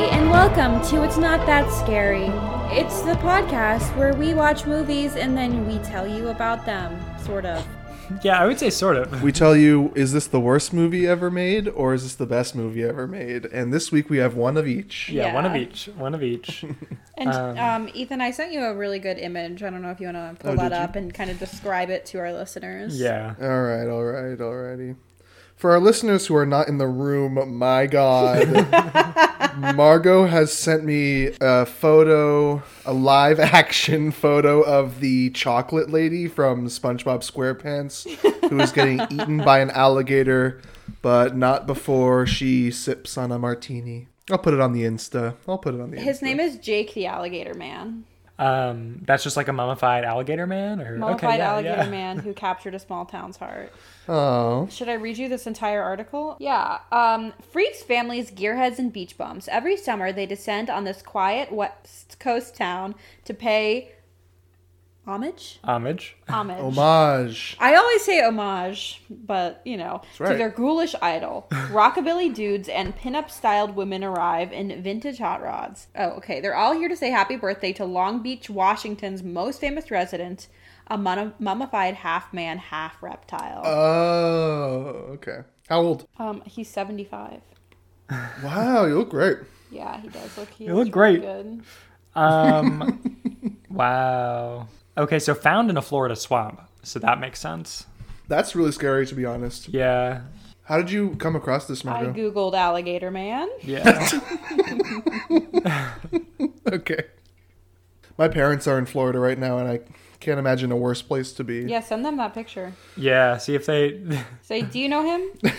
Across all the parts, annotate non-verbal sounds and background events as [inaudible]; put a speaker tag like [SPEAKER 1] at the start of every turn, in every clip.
[SPEAKER 1] welcome to It's Not That Scary. It's the podcast where we watch movies and then we tell you about them, sort of.
[SPEAKER 2] Yeah, I would say sort of.
[SPEAKER 3] We tell you, is this the worst movie ever made or is this the best movie ever made? And this week we have one of each.
[SPEAKER 2] Yeah, one of
[SPEAKER 1] Yeah.
[SPEAKER 2] each. One of
[SPEAKER 3] [laughs]
[SPEAKER 2] each.
[SPEAKER 1] And um,
[SPEAKER 2] Um,
[SPEAKER 1] Ethan, I sent you a really good image. I don't know if you want to pull
[SPEAKER 3] Oh,
[SPEAKER 1] that
[SPEAKER 3] did you?
[SPEAKER 1] up and kind of describe it to our listeners.
[SPEAKER 2] yeah.
[SPEAKER 3] All right, all right, alrighty. For our listeners who are not in the room,
[SPEAKER 1] [laughs]
[SPEAKER 3] my God, Margot has sent me a photo, a live action photo of the chocolate lady from SpongeBob SquarePants who
[SPEAKER 1] [laughs]
[SPEAKER 3] is getting eaten by an alligator, but not before she sips on a martini. I'll put it on the Insta. I'll put it on the Insta.
[SPEAKER 1] His name is Jake the Alligator Man,
[SPEAKER 2] Um, that's just like a mummified alligator man, or
[SPEAKER 1] mummified
[SPEAKER 2] okay, yeah,
[SPEAKER 1] alligator
[SPEAKER 2] [laughs] yeah.
[SPEAKER 1] man who captured a small town's heart.
[SPEAKER 3] Oh.
[SPEAKER 1] Should I read you this entire article? Yeah. Um, freaks, families, gearheads, and beach bums. Every summer, they descend on this quiet West Coast town to pay homage.
[SPEAKER 2] Homage.
[SPEAKER 1] Homage.
[SPEAKER 3] Homage.
[SPEAKER 1] I always say homage, but you know, to
[SPEAKER 3] right.
[SPEAKER 1] their ghoulish idol. Rockabilly dudes and pinup styled women arrive in vintage hot rods. Oh, okay. They're all here to say happy birthday to Long Beach, Washington's most famous resident, a mun- mummified half man, half reptile.
[SPEAKER 3] Uh. Oh, okay. How old?
[SPEAKER 1] um, he's 75.
[SPEAKER 3] Wow, you look great.
[SPEAKER 1] Yeah, he does look. He
[SPEAKER 2] You
[SPEAKER 1] looks
[SPEAKER 2] look
[SPEAKER 1] really
[SPEAKER 2] great.
[SPEAKER 1] Good.
[SPEAKER 2] Um,
[SPEAKER 3] [laughs]
[SPEAKER 2] wow. Okay, so found in a Florida swamp. So that makes sense.
[SPEAKER 3] That's really scary, to be honest.
[SPEAKER 2] Yeah.
[SPEAKER 3] How did you come across this,
[SPEAKER 1] I
[SPEAKER 3] Margot?
[SPEAKER 1] googled alligator man.
[SPEAKER 3] [laughs]
[SPEAKER 2] Yeah.
[SPEAKER 3] okay. My parents are in Florida right now, and I can't imagine a worse place to be.
[SPEAKER 1] Yeah, send them that picture.
[SPEAKER 2] yeah. See if
[SPEAKER 3] [laughs]
[SPEAKER 2] they.
[SPEAKER 1] Say, do you know
[SPEAKER 2] [laughs]
[SPEAKER 1] him?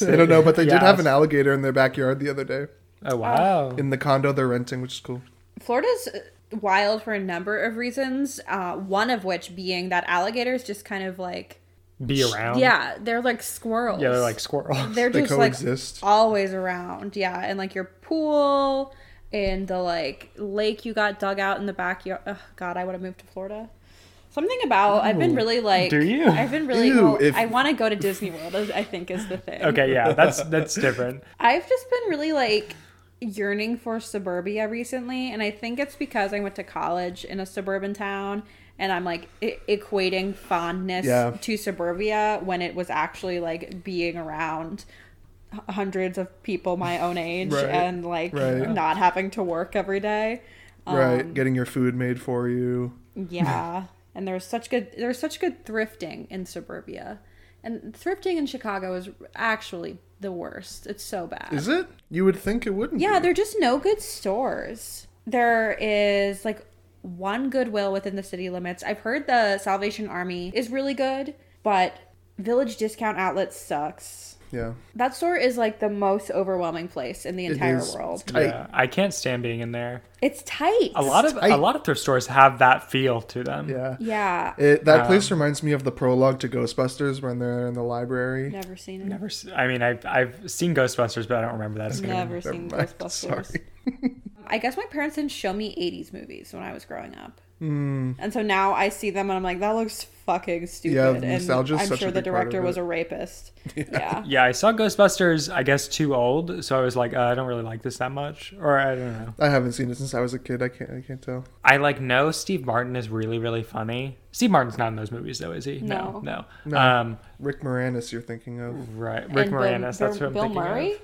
[SPEAKER 3] They don't know, but they
[SPEAKER 2] Yeah.
[SPEAKER 3] did have an alligator in their backyard the other day
[SPEAKER 2] Oh wow.
[SPEAKER 3] in the condo they're renting, which is cool.
[SPEAKER 1] Florida's uh, wild for a number of reasons. Uh, one of which being that alligators just kind of like
[SPEAKER 2] Be around.
[SPEAKER 1] yeah, they're like squirrels.
[SPEAKER 2] Yeah, they're like squirrels.
[SPEAKER 1] they're
[SPEAKER 3] They
[SPEAKER 1] just
[SPEAKER 3] coexist.
[SPEAKER 1] like always around. Yeah, and like your pool and the like lake you got dug out in the backyard. Ugh, God, I would have moved to Florida. Something about I've been really like.
[SPEAKER 2] Do you?
[SPEAKER 1] I've been really.
[SPEAKER 3] Ew,
[SPEAKER 1] well,
[SPEAKER 3] if-
[SPEAKER 1] I want to go to Disney World. is- I think
[SPEAKER 2] [laughs]
[SPEAKER 1] is the thing.
[SPEAKER 2] [laughs] Okay. Yeah. That's that's different.
[SPEAKER 1] I've just been really like yearning for suburbia recently, and I think it's because I went to college in a suburban town, and I'm like e- equating fondness
[SPEAKER 3] Yeah.
[SPEAKER 1] to suburbia when it was actually like being around h- hundreds of people my
[SPEAKER 3] [laughs]
[SPEAKER 1] own age
[SPEAKER 3] Right.
[SPEAKER 1] and like
[SPEAKER 3] Right.
[SPEAKER 1] not having to work every day. Um,
[SPEAKER 3] right, getting your food made for you. [laughs]
[SPEAKER 1] Yeah. and there's such good there's such good thrifting in suburbia. And thrifting in Chicago is actually the worst. It's so bad.
[SPEAKER 3] Is it? You would think it wouldn't.
[SPEAKER 1] Yeah,
[SPEAKER 3] be.
[SPEAKER 1] they're just no good stores. There is like one Goodwill within the city limits. I've heard the Salvation Army is really good, but Village Discount Outlet sucks.
[SPEAKER 3] yeah.
[SPEAKER 1] That store is like the most overwhelming place in the entire
[SPEAKER 3] is.
[SPEAKER 1] world.
[SPEAKER 3] Tight.
[SPEAKER 2] Yeah. I can't stand being in there.
[SPEAKER 1] It's tight.
[SPEAKER 2] A lot of
[SPEAKER 3] I-
[SPEAKER 2] a lot of thrift stores have that feel to them.
[SPEAKER 3] Yeah.
[SPEAKER 1] Yeah.
[SPEAKER 3] It, that place reminds me of the prologue to Ghostbusters when they're in the library.
[SPEAKER 1] Never seen it.
[SPEAKER 2] Never. s- I mean, I've I've seen Ghostbusters, but I don't remember that. scene.
[SPEAKER 1] Never seen
[SPEAKER 3] mind.
[SPEAKER 1] Ghostbusters.
[SPEAKER 3] [laughs] Sorry.
[SPEAKER 1] I guess my parents didn't show me 80s movies when I was growing up. And so now I see them and I'm like, that looks fucking stupid.
[SPEAKER 3] Hmm. Yeah,
[SPEAKER 1] and
[SPEAKER 3] nostalgia's
[SPEAKER 1] I'm
[SPEAKER 3] such a
[SPEAKER 1] sure the
[SPEAKER 3] big part of
[SPEAKER 1] director was
[SPEAKER 3] it.
[SPEAKER 1] a
[SPEAKER 3] [laughs]
[SPEAKER 1] rapist. Yeah.
[SPEAKER 2] Yeah, I saw Ghostbusters. I guess too old, so I was like, uh, I don't really like this that much, or I don't know.
[SPEAKER 3] I haven't seen it since I was a kid. I can't. I can't tell.
[SPEAKER 2] I like know Steve Martin is really really funny. Steve Martin's not in those movies though, is he?
[SPEAKER 1] No.
[SPEAKER 2] no. no. Um,
[SPEAKER 3] Rick Moranis, you're thinking of.
[SPEAKER 2] right, Rick
[SPEAKER 1] And Bill-
[SPEAKER 2] Moranis. that's
[SPEAKER 1] Bill-
[SPEAKER 2] what I'm
[SPEAKER 1] Bill
[SPEAKER 2] thinking
[SPEAKER 1] Murray?
[SPEAKER 2] of.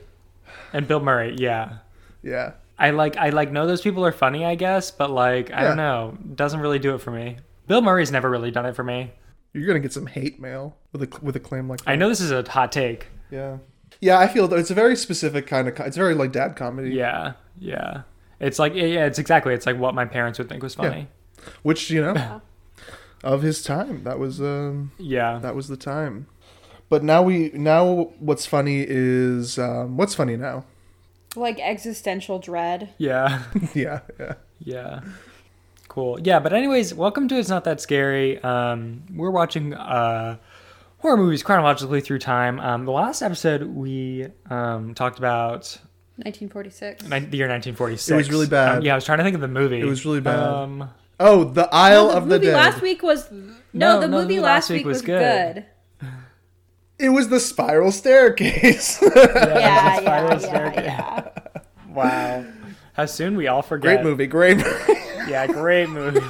[SPEAKER 2] And Bill Murray, yeah.
[SPEAKER 3] Yeah.
[SPEAKER 2] I like I like know those people are funny, I guess, but like I
[SPEAKER 3] Yeah.
[SPEAKER 2] don't know, doesn't really do it for me. Bill Murray's never really done it for me.
[SPEAKER 3] You're gonna get some hate mail with a with a claim like that.
[SPEAKER 2] I know this is a hot take.
[SPEAKER 3] Yeah. Yeah, I feel that it's a very specific kind of. Co- it's very like dad comedy,
[SPEAKER 2] Yeah, yeah. It's like yeah, yeah, it's exactly it's like what my parents would think was funny.
[SPEAKER 3] which you know, of his time. That was um,
[SPEAKER 2] Yeah,
[SPEAKER 3] that was the time. But now we now what's funny is um, what's funny now. [laughs]
[SPEAKER 1] Like existential dread.
[SPEAKER 2] yeah. [laughs]
[SPEAKER 3] yeah, yeah.
[SPEAKER 2] Yeah. Cool. Yeah, but anyways, welcome to It's Not That Scary. Um, we're watching uh, horror movies chronologically through time. Um, the last episode we um, talked about
[SPEAKER 1] 1946.
[SPEAKER 2] ni- the year 1946.
[SPEAKER 3] It was really bad.
[SPEAKER 2] Um, yeah, I was trying to think of the movie. It
[SPEAKER 3] was really bad.
[SPEAKER 2] Um,
[SPEAKER 3] Oh, the Isle of the
[SPEAKER 1] movie
[SPEAKER 3] Dead.
[SPEAKER 1] last week was. No, the movie last week was, good.
[SPEAKER 3] it was the Spiral Staircase. [laughs]
[SPEAKER 1] Yeah, yeah,
[SPEAKER 2] Spiral
[SPEAKER 1] yeah,
[SPEAKER 2] Staircase.
[SPEAKER 1] yeah.
[SPEAKER 2] [laughs] wow. How soon we all forget.
[SPEAKER 3] Great movie. Great.
[SPEAKER 2] Yeah, great movie.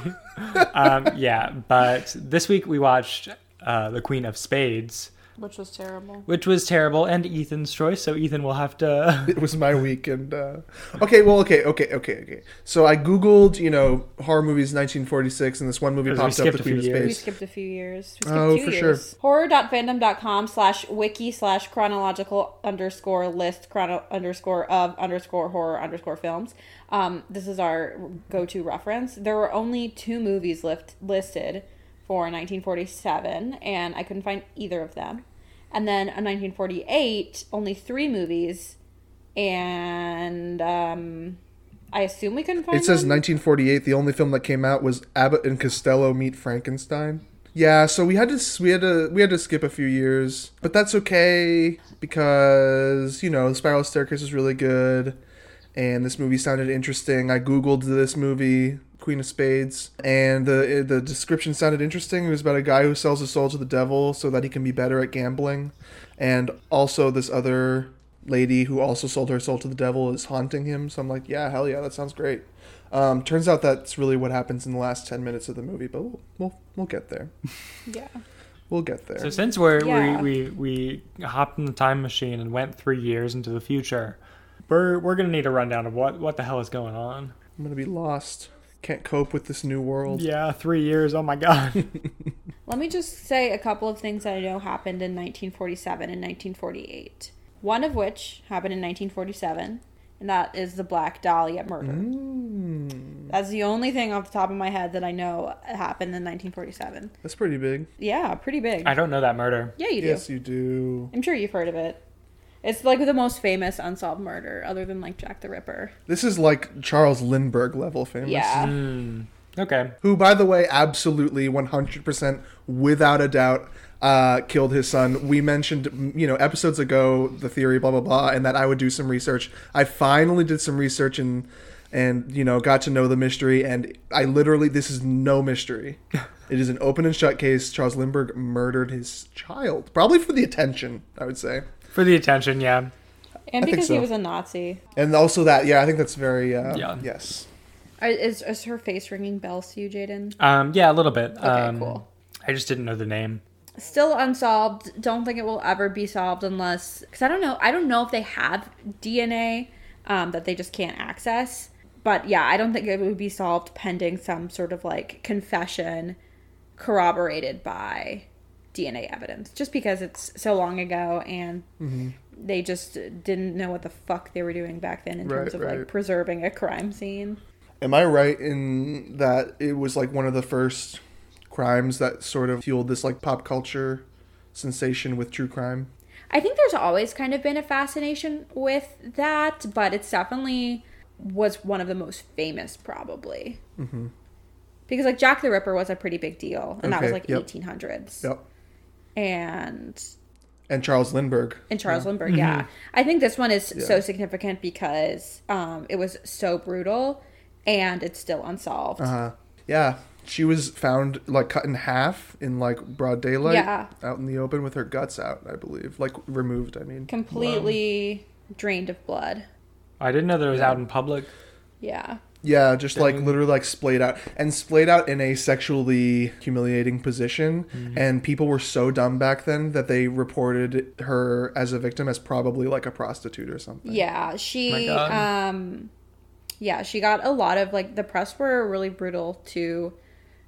[SPEAKER 2] um, yeah, but this week we watched uh, The Queen of Spades,
[SPEAKER 1] which was terrible.
[SPEAKER 2] which was terrible, and Ethan's choice. So Ethan will have to.
[SPEAKER 3] [laughs]
[SPEAKER 2] [laughs]
[SPEAKER 3] it was my week and uh okay well okay okay okay okay so i googled you know horror movies 1946 and this one movie
[SPEAKER 2] We
[SPEAKER 3] popped up
[SPEAKER 2] skipped
[SPEAKER 3] the
[SPEAKER 2] a few
[SPEAKER 3] queen of
[SPEAKER 2] years.
[SPEAKER 1] We
[SPEAKER 3] space
[SPEAKER 1] skipped a few years. We skipped
[SPEAKER 3] Oh,
[SPEAKER 1] two
[SPEAKER 3] for sure.
[SPEAKER 1] years. Horror.fandom.com slash wiki slash chronological underscore list chrono underscore of underscore horror underscore films. Um, this is our go to reference. There were only two movies lift, listed for 1947, and I couldn't find either of them. And then in 1948, only three movies, and um, I assume we couldn't find
[SPEAKER 3] it says
[SPEAKER 1] them?
[SPEAKER 3] 1948 the only film that came out was abbott and costello meet frankenstein yeah so we had to we had to we had to skip a few years but that's okay because you know the spiral staircase is really good and this movie sounded interesting i googled this movie queen of spades and the eh, the description sounded interesting it was about a guy who sells his soul to the devil so that he can be better at gambling and also this other lady who also sold her soul to the devil is haunting him. So I'm like, yeah, hell yeah, that sounds great. Um, turns out that's really what happens in the last ten minutes of the movie, but we'll we'll, we'll get there.
[SPEAKER 1] Yeah.
[SPEAKER 3] We'll get there.
[SPEAKER 2] So since we're,
[SPEAKER 1] Yeah.
[SPEAKER 2] we we we hopped in the time machine and went three years into the future, we're we're gonna need a rundown of what what the hell is going on.
[SPEAKER 3] I'm gonna be lost. Can't cope with this new world.
[SPEAKER 2] Yeah, three years. Oh my god.
[SPEAKER 1] Let me just say a couple of things that I know happened in 1947 and 1948. One of which happened in 1947, and that is the Black Dahlia murder.
[SPEAKER 3] Mm,
[SPEAKER 1] That's the only thing off the top of my head that I know happened in 1947.
[SPEAKER 3] that's pretty big.
[SPEAKER 1] Yeah, pretty big.
[SPEAKER 2] [laughs] I don't know that murder.
[SPEAKER 1] yeah, you do.
[SPEAKER 3] Yes, you do.
[SPEAKER 1] I'm sure you've heard of it. It's like the most famous unsolved murder, other than like Jack the Ripper.
[SPEAKER 3] This is like Charles Lindbergh level famous.
[SPEAKER 1] Yeah.
[SPEAKER 2] Hmm. Okay.
[SPEAKER 3] Who, by the way, absolutely 100%, without a doubt, uh, killed his son. We mentioned, you know, episodes ago, the theory, blah, blah, blah, and that I would do some research. I finally did some research and, and you know, got to know the mystery, and I literally, this is no mystery. It is an open and shut case. Charles Lindbergh murdered his child, probably for the attention, I would say.
[SPEAKER 2] For the attention, yeah.
[SPEAKER 1] And
[SPEAKER 3] I think
[SPEAKER 1] because he
[SPEAKER 3] so.
[SPEAKER 1] was a Nazi.
[SPEAKER 3] And also that, yeah, I think that's very, uh,
[SPEAKER 2] Yeah.
[SPEAKER 3] yes.
[SPEAKER 1] Uh, Is, is her face ringing bells to you, Jaden?
[SPEAKER 2] Um, yeah, a little bit. Okay,
[SPEAKER 1] cool.
[SPEAKER 2] I just didn't know the name.
[SPEAKER 1] still unsolved don't think it will ever be solved unless because i don't know i don't know if they have dna um, that they just can't access but yeah i don't think it would be solved pending some sort of like confession corroborated by dna evidence just because it's so long ago and
[SPEAKER 3] Mm-hmm.
[SPEAKER 1] they just didn't know what the fuck they were doing back then in
[SPEAKER 3] Right,
[SPEAKER 1] terms of like
[SPEAKER 3] right.
[SPEAKER 1] preserving a crime scene
[SPEAKER 3] Am I right in that it was like one of the first crimes that sort of fueled this like pop culture sensation with true crime?
[SPEAKER 1] I think there's always kind of been a fascination with that, but it's definitely was one of the most famous, probably. Mm-hmm. Because like Jack the Ripper was a pretty big deal, and that was
[SPEAKER 3] Okay,
[SPEAKER 1] like
[SPEAKER 3] yep.
[SPEAKER 1] 1800s,
[SPEAKER 3] Yep.
[SPEAKER 1] and
[SPEAKER 3] And Charles Lindbergh.
[SPEAKER 1] and Charles Lindbergh. Yeah, I think this one is so significant because um, it was so brutal, and it's still unsolved.
[SPEAKER 3] Uh, yeah. She was found like cut in half in like broad daylight
[SPEAKER 1] Yeah.
[SPEAKER 3] out in the open with her guts out, I believe. Like removed, I mean.
[SPEAKER 1] Completely drained of blood.
[SPEAKER 2] I didn't know that it was out in public.
[SPEAKER 1] Yeah.
[SPEAKER 3] Yeah, just like literally like splayed out and splayed out in a sexually humiliating position. And people were so dumb back then that they reported her as a victim as probably like a prostitute or something.
[SPEAKER 1] Yeah, she
[SPEAKER 2] God.
[SPEAKER 1] um yeah, she got a lot of like the press were really brutal to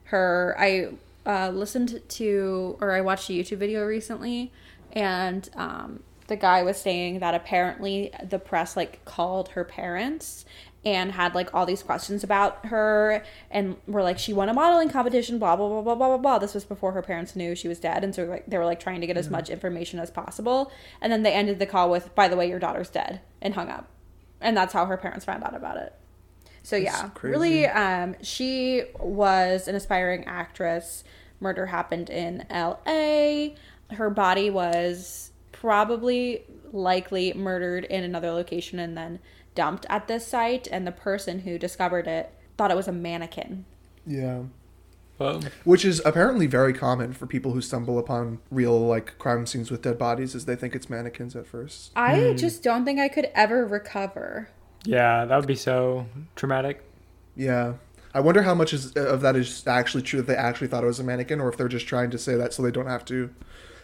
[SPEAKER 1] her. I uh listened to or I watched a YouTube video recently and um the guy was saying that apparently the press like called her parents and had like all these questions about her and were like she won a modeling competition blah blah blah blah blah blah blah this was before her parents knew she was dead and so like they were like trying to get as much information as possible and then they ended the call with by the way your daughter's dead and hung up and that's how her parents found out about it so yeah really um she was an aspiring actress murder happened in la her body was probably likely murdered in another location and then dumped at this site and the person who discovered it thought it was a mannequin
[SPEAKER 3] Yeah.
[SPEAKER 2] Whoa.
[SPEAKER 3] which is apparently very common for people who stumble upon real like crime scenes with dead bodies is they think it's mannequins at first
[SPEAKER 1] i just don't think i could ever recover
[SPEAKER 2] Yeah, that would be so traumatic.
[SPEAKER 3] Yeah. I wonder how much is, uh, of that is actually true that they actually thought it was a mannequin, or if they're just trying to say that so they don't have to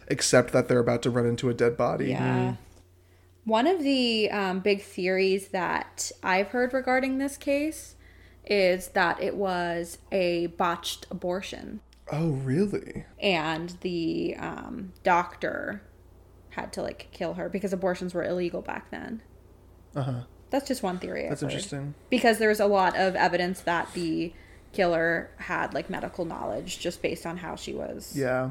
[SPEAKER 3] accept that they're about to run into a dead body.
[SPEAKER 1] Yeah. One of the um, big theories that I've heard regarding this case is that it was a botched abortion
[SPEAKER 3] Oh, really?
[SPEAKER 1] and the um, doctor had to like kill her because abortions were illegal back then.
[SPEAKER 3] Uh huh.
[SPEAKER 1] That's just one theory. I've
[SPEAKER 3] That's
[SPEAKER 1] heard.
[SPEAKER 3] interesting.
[SPEAKER 1] Because there's a lot of evidence that the killer had like medical knowledge just based on how she was
[SPEAKER 3] Yeah.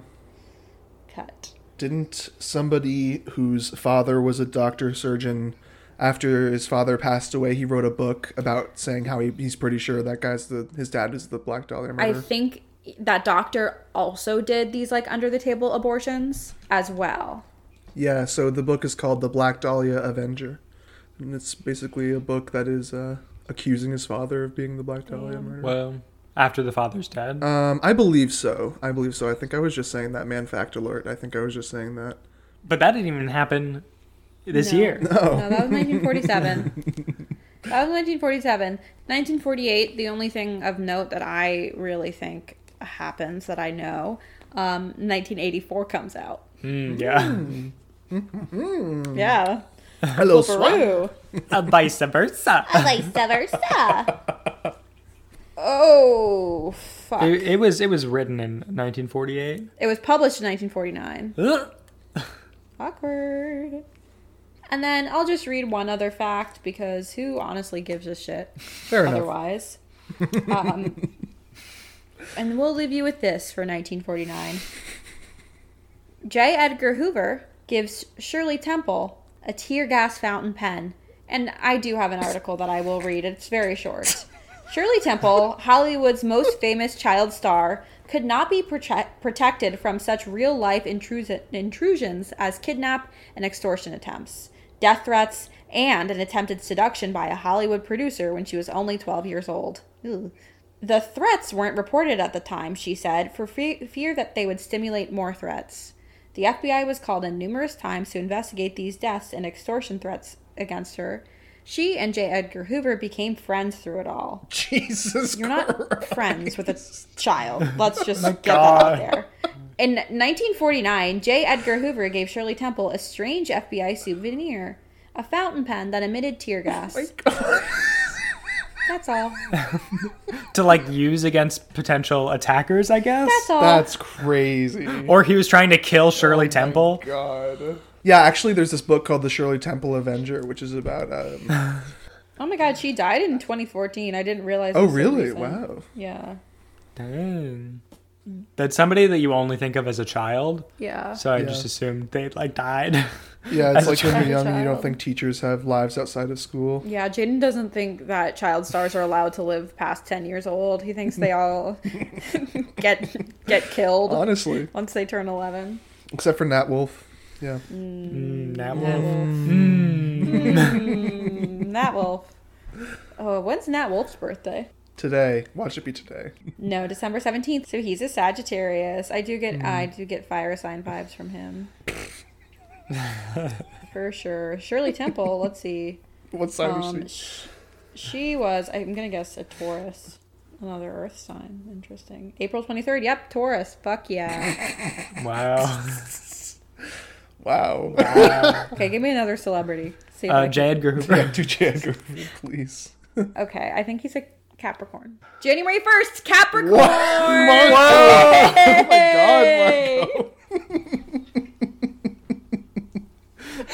[SPEAKER 1] cut.
[SPEAKER 3] Didn't somebody whose father was a doctor surgeon, after his father passed away, he wrote a book about saying how he, he's pretty sure that guy's the his dad is the Black Dahlia
[SPEAKER 1] I
[SPEAKER 3] murderer.
[SPEAKER 1] think that doctor also did these like under the table abortions as well.
[SPEAKER 3] Yeah, so the book is called The Black Dahlia Avenger. And it's basically a book that is uh, accusing his father of being the Black Dahlia murderer.
[SPEAKER 2] Well, after the father's dead.
[SPEAKER 3] Um, I believe so. I believe so. I think I was just saying that. Man fact alert. I think I was just saying that.
[SPEAKER 2] But that didn't even happen this
[SPEAKER 1] No. [laughs]
[SPEAKER 2] year.
[SPEAKER 1] No, that was 1947.
[SPEAKER 3] [laughs]
[SPEAKER 1] that was 1947. 1948, the only thing of note that I really think happens that I know, um, 1984 comes out.
[SPEAKER 2] Mm, yeah.
[SPEAKER 1] [laughs]
[SPEAKER 3] Mm.
[SPEAKER 1] Yeah.
[SPEAKER 3] [laughs] Hello, Swan.
[SPEAKER 1] Peru.
[SPEAKER 2] Uh, vice versa.
[SPEAKER 1] Vice versa. Oh, fuck.
[SPEAKER 2] It,
[SPEAKER 1] It,
[SPEAKER 2] it was it was written in 1948.
[SPEAKER 1] was published in 1949.
[SPEAKER 2] Ugh.
[SPEAKER 1] Awkward. And then I'll just read one other fact because who honestly gives a shit
[SPEAKER 3] Fair enough.
[SPEAKER 1] otherwise?
[SPEAKER 3] [laughs]
[SPEAKER 1] um, and we'll leave you with this for 1949. J. Edgar Hoover gives Shirley Temple a tear gas fountain pen. And I do have an article that I will read. It's very short. Shirley Temple, Hollywood's most famous child star, could not be prote- protected from such real life intrus- intrusions as kidnap and extortion attempts, death threats, and an attempted seduction by a Hollywood producer when she was only 12 years old. Ew. The threats weren't reported at the time, she said, for fe- fear that they would stimulate more threats. The FBI was called in numerous times to investigate these deaths and extortion threats against her. She and J. Edgar Hoover became friends through it all.
[SPEAKER 3] [laughs] Jesus
[SPEAKER 1] You're not friends with a child. Let's just get
[SPEAKER 2] God.
[SPEAKER 1] that out there. In 1949, J. Edgar Hoover gave Shirley Temple a strange FBI souvenir, a fountain pen that emitted tear
[SPEAKER 3] Oh
[SPEAKER 1] gas. That's all.
[SPEAKER 2] To like use against potential attackers, I guess.
[SPEAKER 1] That's all.
[SPEAKER 3] That's crazy.
[SPEAKER 2] Or he was trying to kill Shirley Temple.
[SPEAKER 3] God. Yeah, actually, there's this book called The Shirley Temple Avenger, which is about. Um,
[SPEAKER 1] Oh my god, she died in 2014. I didn't realize.
[SPEAKER 3] oh,
[SPEAKER 1] it was so
[SPEAKER 3] really?
[SPEAKER 1] recent.
[SPEAKER 3] Wow.
[SPEAKER 1] Yeah.
[SPEAKER 2] Dang. That's somebody that you only think of as a child.
[SPEAKER 1] Yeah.
[SPEAKER 2] So I
[SPEAKER 3] Yeah.
[SPEAKER 2] just assumed they like died.
[SPEAKER 3] Yeah, it's
[SPEAKER 2] As a
[SPEAKER 3] like when you're
[SPEAKER 1] child.
[SPEAKER 3] young and you don't
[SPEAKER 1] Child.
[SPEAKER 3] think teachers have lives outside of school.
[SPEAKER 1] yeah, Jaden doesn't think that child stars are allowed to live past 10 years old. He thinks they all [laughs] get get killed
[SPEAKER 3] Honestly,
[SPEAKER 1] once they turn 11.
[SPEAKER 3] except for Nat Wolf. Yeah.
[SPEAKER 2] Mm, Nat
[SPEAKER 1] Nat
[SPEAKER 2] Wolf.
[SPEAKER 1] Wolf.
[SPEAKER 2] Mm.
[SPEAKER 1] Mm, Nat Wolf. Oh, when's Nat Wolf's birthday?
[SPEAKER 3] Today. Watch it be today.
[SPEAKER 1] No, December 17th. So he's a Sagittarius. I do
[SPEAKER 2] Mm.
[SPEAKER 1] get I do get fire sign vibes from
[SPEAKER 2] [laughs]
[SPEAKER 1] him. For sure. Shirley Temple, let's see.
[SPEAKER 3] What sign
[SPEAKER 1] Um,
[SPEAKER 3] is she?
[SPEAKER 1] sh- she was, I'm going to guess, a Taurus. Another Earth sign. Interesting. April 23rd. Yep, Taurus. Fuck yeah. [laughs]
[SPEAKER 2] Wow.
[SPEAKER 3] Wow.
[SPEAKER 1] Okay, give me another celebrity. See if I
[SPEAKER 2] Uh,
[SPEAKER 1] can-
[SPEAKER 2] J. Edgar Hoover.
[SPEAKER 3] [laughs] yeah, do Jan Griffin, please.
[SPEAKER 1] Okay, I think he's a Capricorn. January 1st, Capricorn!
[SPEAKER 3] What? [laughs] Marco! Oh
[SPEAKER 1] Hey!
[SPEAKER 3] my god, Marco.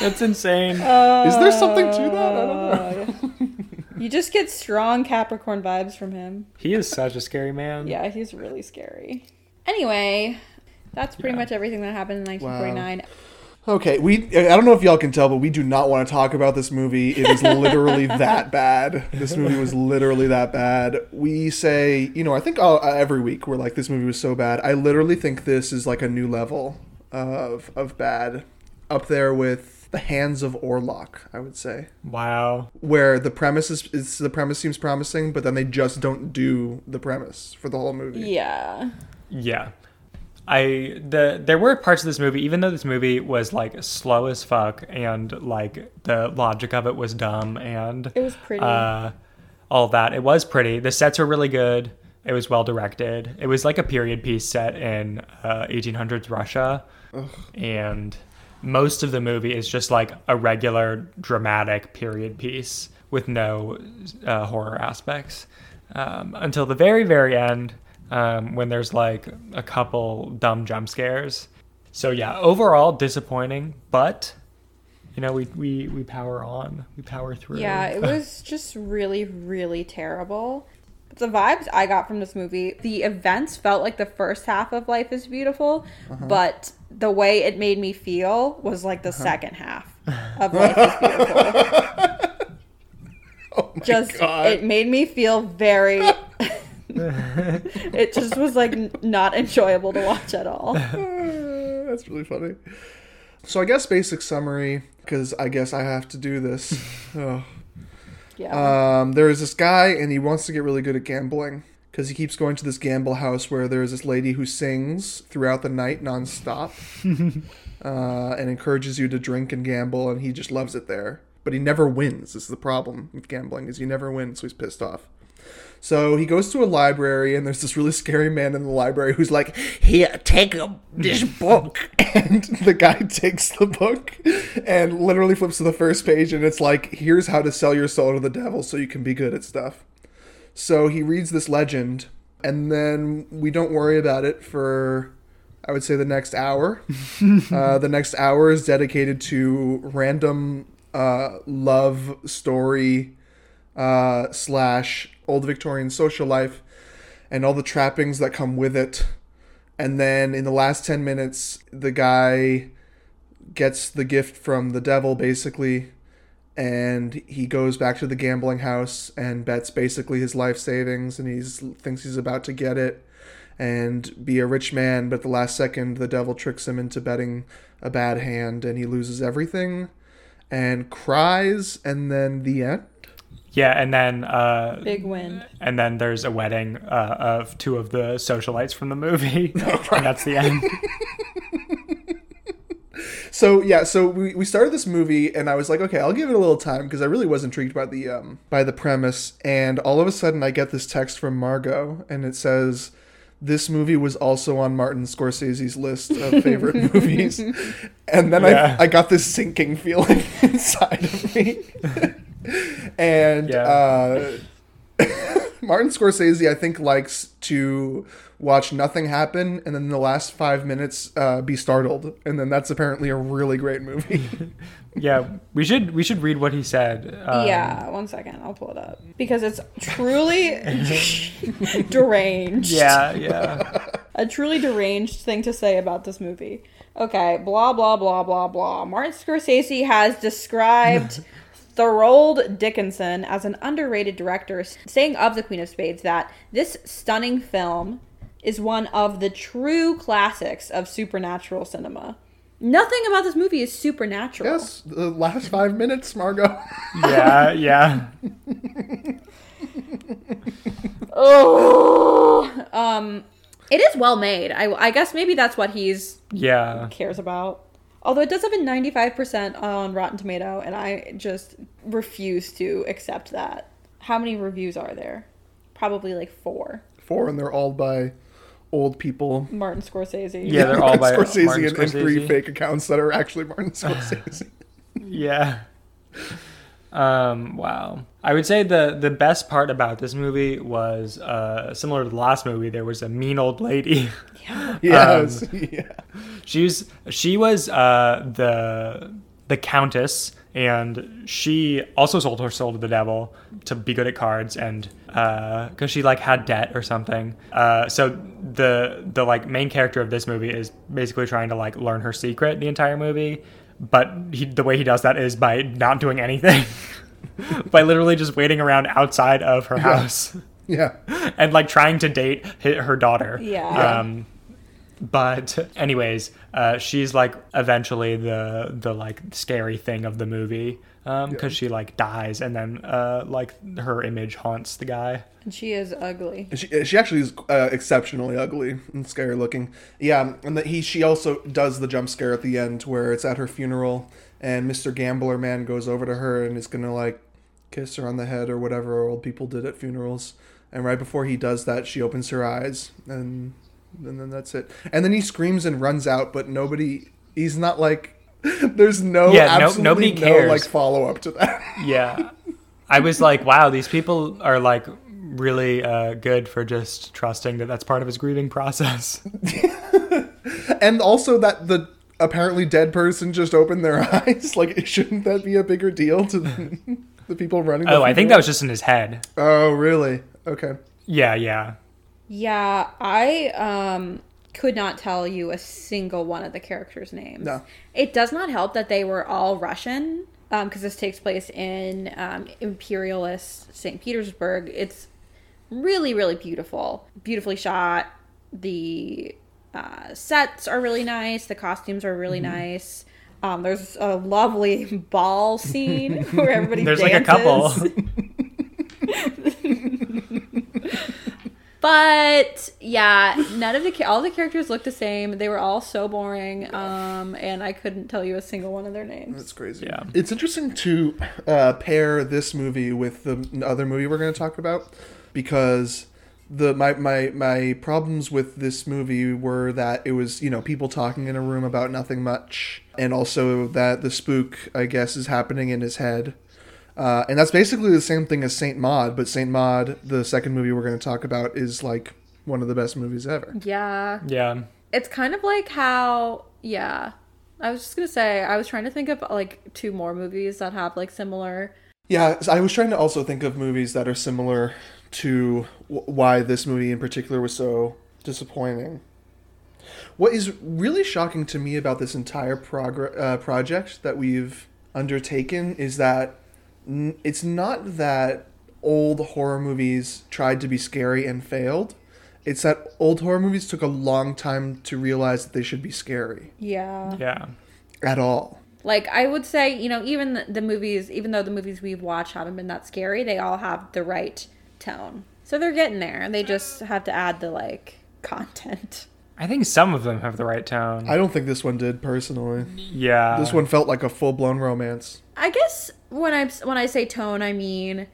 [SPEAKER 2] That's insane.
[SPEAKER 3] Is there something to that? I don't know.
[SPEAKER 1] [laughs] you just get strong Capricorn vibes from him.
[SPEAKER 2] He is such a scary man.
[SPEAKER 1] Yeah, he's really scary. Anyway, that's pretty
[SPEAKER 2] Yeah.
[SPEAKER 1] much everything that happened in 1949.
[SPEAKER 3] Okay, we I don't know if y'all can tell, but we do not want to talk about this movie. It is literally that bad. This movie was literally that bad. We say, you know, I think all, uh, every week we're like, this movie was so bad. I literally think this is like a new level of of bad, up there with the hands of Orlok. I would say
[SPEAKER 2] Wow.
[SPEAKER 3] where the premise is, is the premise seems promising, but then they just don't do the premise for the whole movie.
[SPEAKER 1] Yeah.
[SPEAKER 2] Yeah. I the there were parts of this movie, even though this movie was like slow as fuck and like the logic of it was dumb and
[SPEAKER 1] It was pretty.
[SPEAKER 2] uh, all that. It was pretty. The sets were really good. It was well directed. It was like a period piece set in uh, 1800s Russia, and most of the movie is just like a regular dramatic period piece with no uh, horror aspects um, until the very very end um, when there's like a couple dumb jump scares. So yeah, overall disappointing, but you know we we we power on, we power through.
[SPEAKER 1] Yeah,
[SPEAKER 2] [laughs]
[SPEAKER 1] it was just really, really terrible. But the vibes I got from this movie, the events felt like the first half of Life is Beautiful,
[SPEAKER 3] Uh-huh.
[SPEAKER 1] but the way it made me feel was like the second
[SPEAKER 3] [laughs]
[SPEAKER 1] half of Life is Beautiful.
[SPEAKER 3] Oh my
[SPEAKER 1] just
[SPEAKER 3] God.
[SPEAKER 1] it made me feel
[SPEAKER 3] [laughs]
[SPEAKER 1] very it just was like n- not enjoyable to watch at
[SPEAKER 3] [laughs]
[SPEAKER 1] all.
[SPEAKER 3] Uh, That's really funny. So I guess basic summary, because I guess I have to do this. Oh.
[SPEAKER 1] Yeah.
[SPEAKER 3] Um, there is this guy, and he wants to get really good at gambling because he keeps going to this gamble house where there is this lady who sings throughout the night nonstop uh, and encourages you to drink and gamble, and he just loves it there. But he never wins. This is the problem with gambling is you never win, so he's pissed off. So he goes to a library, and there's this really scary man in the library who's like, "Here, take a, this book." and the guy [laughs] takes the book and literally flips to the first page, and it's like, "Here's how to sell your soul to the devil so you can be good at stuff." So he reads this legend, and then we don't worry about it for, I would say, the next hour. uh, the next hour is dedicated to random uh, love story uh, slash old Victorian social life and all the trappings that come with it. And then in the last 10 minutes, the guy gets the gift from the devil, basically, and he goes back to the gambling house and bets basically his life savings, and he thinks he's about to get it and be a rich man, but at the last second, the devil tricks him into betting a bad hand, and he loses everything and cries, and then the end.
[SPEAKER 2] Yeah, and then uh,
[SPEAKER 1] Big win.
[SPEAKER 2] and then there's a wedding uh, of two of the socialites from the movie, and that's the end.
[SPEAKER 3] So yeah, so we, we started this movie and I was like, okay, I'll give it a little time because I really was intrigued by the um by the premise and all of a sudden I get this text from Margot and it says this movie was also on Martin Scorsese's list of favorite movies. And then
[SPEAKER 2] Yeah.
[SPEAKER 3] I I got this sinking feeling [laughs] inside of me. and
[SPEAKER 2] Yeah.
[SPEAKER 3] uh [laughs] Martin Scorsese, I think, likes to watch nothing happen and then the last five minutes uh, be startled, and then that's apparently a really
[SPEAKER 2] [laughs]
[SPEAKER 3] great movie.
[SPEAKER 2] yeah, we should we should read what he said. Um,
[SPEAKER 1] yeah, one second, I'll pull it up because it's
[SPEAKER 3] [laughs]
[SPEAKER 1] truly [laughs] deranged.
[SPEAKER 2] Yeah, yeah.
[SPEAKER 1] a truly deranged thing to say about this movie. Okay, blah blah blah blah blah. Martin Scorsese has described Thorold Dickinson as an underrated director, saying of The Queen of Spades that this stunning film is one of the true classics of supernatural cinema. Nothing about this movie is supernatural.
[SPEAKER 3] yes, the last five minutes, Margot. [laughs]
[SPEAKER 2] yeah, yeah.
[SPEAKER 1] Oh, um, it is well made. I, I guess maybe that's what he's
[SPEAKER 2] Yeah.
[SPEAKER 1] cares about. Although it does have a 95% on Rotten Tomato, and I just refuse to accept that. How many reviews are there? Probably like four.
[SPEAKER 3] Four, and they're all by old people.
[SPEAKER 1] Martin Scorsese.
[SPEAKER 2] Yeah, they're all by
[SPEAKER 3] Scorsese
[SPEAKER 2] Martin
[SPEAKER 3] and, and three
[SPEAKER 2] Scorsese. Um,
[SPEAKER 3] fake accounts that are
[SPEAKER 2] [laughs]
[SPEAKER 3] actually Martin Scorsese.
[SPEAKER 2] Yeah. Um, wow. I would say the the best part about this movie was uh similar to the last movie, there was a mean old lady.
[SPEAKER 3] yes, [laughs] yeah.
[SPEAKER 2] She's she was uh, the the countess, and she also sold her soul to the devil to be good at cards, and because she like had debt or something. Uh, so the the like main character of this movie is basically trying to like learn her secret the entire movie, but he, the way he does that is by not doing anything. [laughs] by literally just waiting around outside of her house
[SPEAKER 3] yeah,
[SPEAKER 2] [laughs] and like trying to date hi- her daughter
[SPEAKER 1] Yeah.
[SPEAKER 2] um, but anyways, uh, she's like eventually the the like scary thing of the movie because she like dies and then uh, like her image haunts the guy.
[SPEAKER 1] And she is ugly.
[SPEAKER 3] And She, she actually is uh, exceptionally ugly and scary looking. Yeah, and that he she also does the jump scare at the end where it's at her funeral and Mr. Gambler Man goes over to her and is gonna like kiss her on the head or whatever old people did at funerals. And right before he does that, she opens her eyes and and then that's it. And then he screams and runs out, but nobody. He's not like. [laughs] There's no
[SPEAKER 2] Yeah, no-
[SPEAKER 3] absolutely
[SPEAKER 2] nobody
[SPEAKER 3] no,
[SPEAKER 2] cares.
[SPEAKER 3] like follow up to that. [laughs]
[SPEAKER 2] Yeah, I was like, wow, these people are like really uh, good for just trusting that that's part of his grieving
[SPEAKER 3] [laughs]
[SPEAKER 2] process.
[SPEAKER 3] and also that the apparently dead person just opened their [laughs] eyes. Like, shouldn't that be a bigger deal to the, [laughs] the people running? the
[SPEAKER 2] Oh, I think that
[SPEAKER 3] funeral?
[SPEAKER 2] was just in his head.
[SPEAKER 3] Oh, really? Okay.
[SPEAKER 2] Yeah, yeah.
[SPEAKER 1] Yeah, I um could not tell you a single one of the characters' names.
[SPEAKER 3] No.
[SPEAKER 1] It does not help that they were all Russian because this takes place in um, imperialist St. Petersburg. It's really, really beautiful. Beautifully shot. The uh, sets are really nice. The costumes are really
[SPEAKER 2] Mm-hmm.
[SPEAKER 1] nice. Um, there's a lovely [laughs] ball
[SPEAKER 2] [laughs]
[SPEAKER 1] scene where everybody
[SPEAKER 2] There's like a
[SPEAKER 1] dances.
[SPEAKER 2] couple.
[SPEAKER 1] But yeah, none of the cha- all the characters looked the same. They were all so boring, um, and I couldn't tell you a single one of their names.
[SPEAKER 3] That's crazy.
[SPEAKER 2] Yeah.
[SPEAKER 3] It's interesting to uh, pair this movie with the other movie we're going to talk about because the my, my my problems with this movie were that it was you know people talking in a room about nothing much and also that the spook I guess is happening in his head. Uh, and that's basically the same thing as Saint Maud, but Saint Maud, the second movie we're going to talk about, is like one of the best movies ever.
[SPEAKER 1] Yeah,
[SPEAKER 2] [laughs] Yeah.
[SPEAKER 1] it's kind of like how yeah. I was just gonna say I was trying to think of like two more movies that have like similar.
[SPEAKER 3] Yeah, so I was trying to also think of movies that are similar to w- why this movie in particular was so disappointing. What is really shocking to me about this entire progr- uh, project that we've undertaken is that n- it's not that old horror movies tried to be scary and failed. It's that old horror movies took a long time to realize that they should be scary
[SPEAKER 1] Yeah.
[SPEAKER 2] Yeah.
[SPEAKER 3] at all.
[SPEAKER 1] Like I would say, you know, even the- the movies, even though the movies we've watched haven't been that scary, they all have the right tone. So they're getting there. They just have to add the like content.
[SPEAKER 2] I think some of them have the right tone.
[SPEAKER 3] I don't think this one did personally.
[SPEAKER 2] yeah.
[SPEAKER 3] This one felt like a full blown romance.
[SPEAKER 1] I guess when I when I say tone, I mean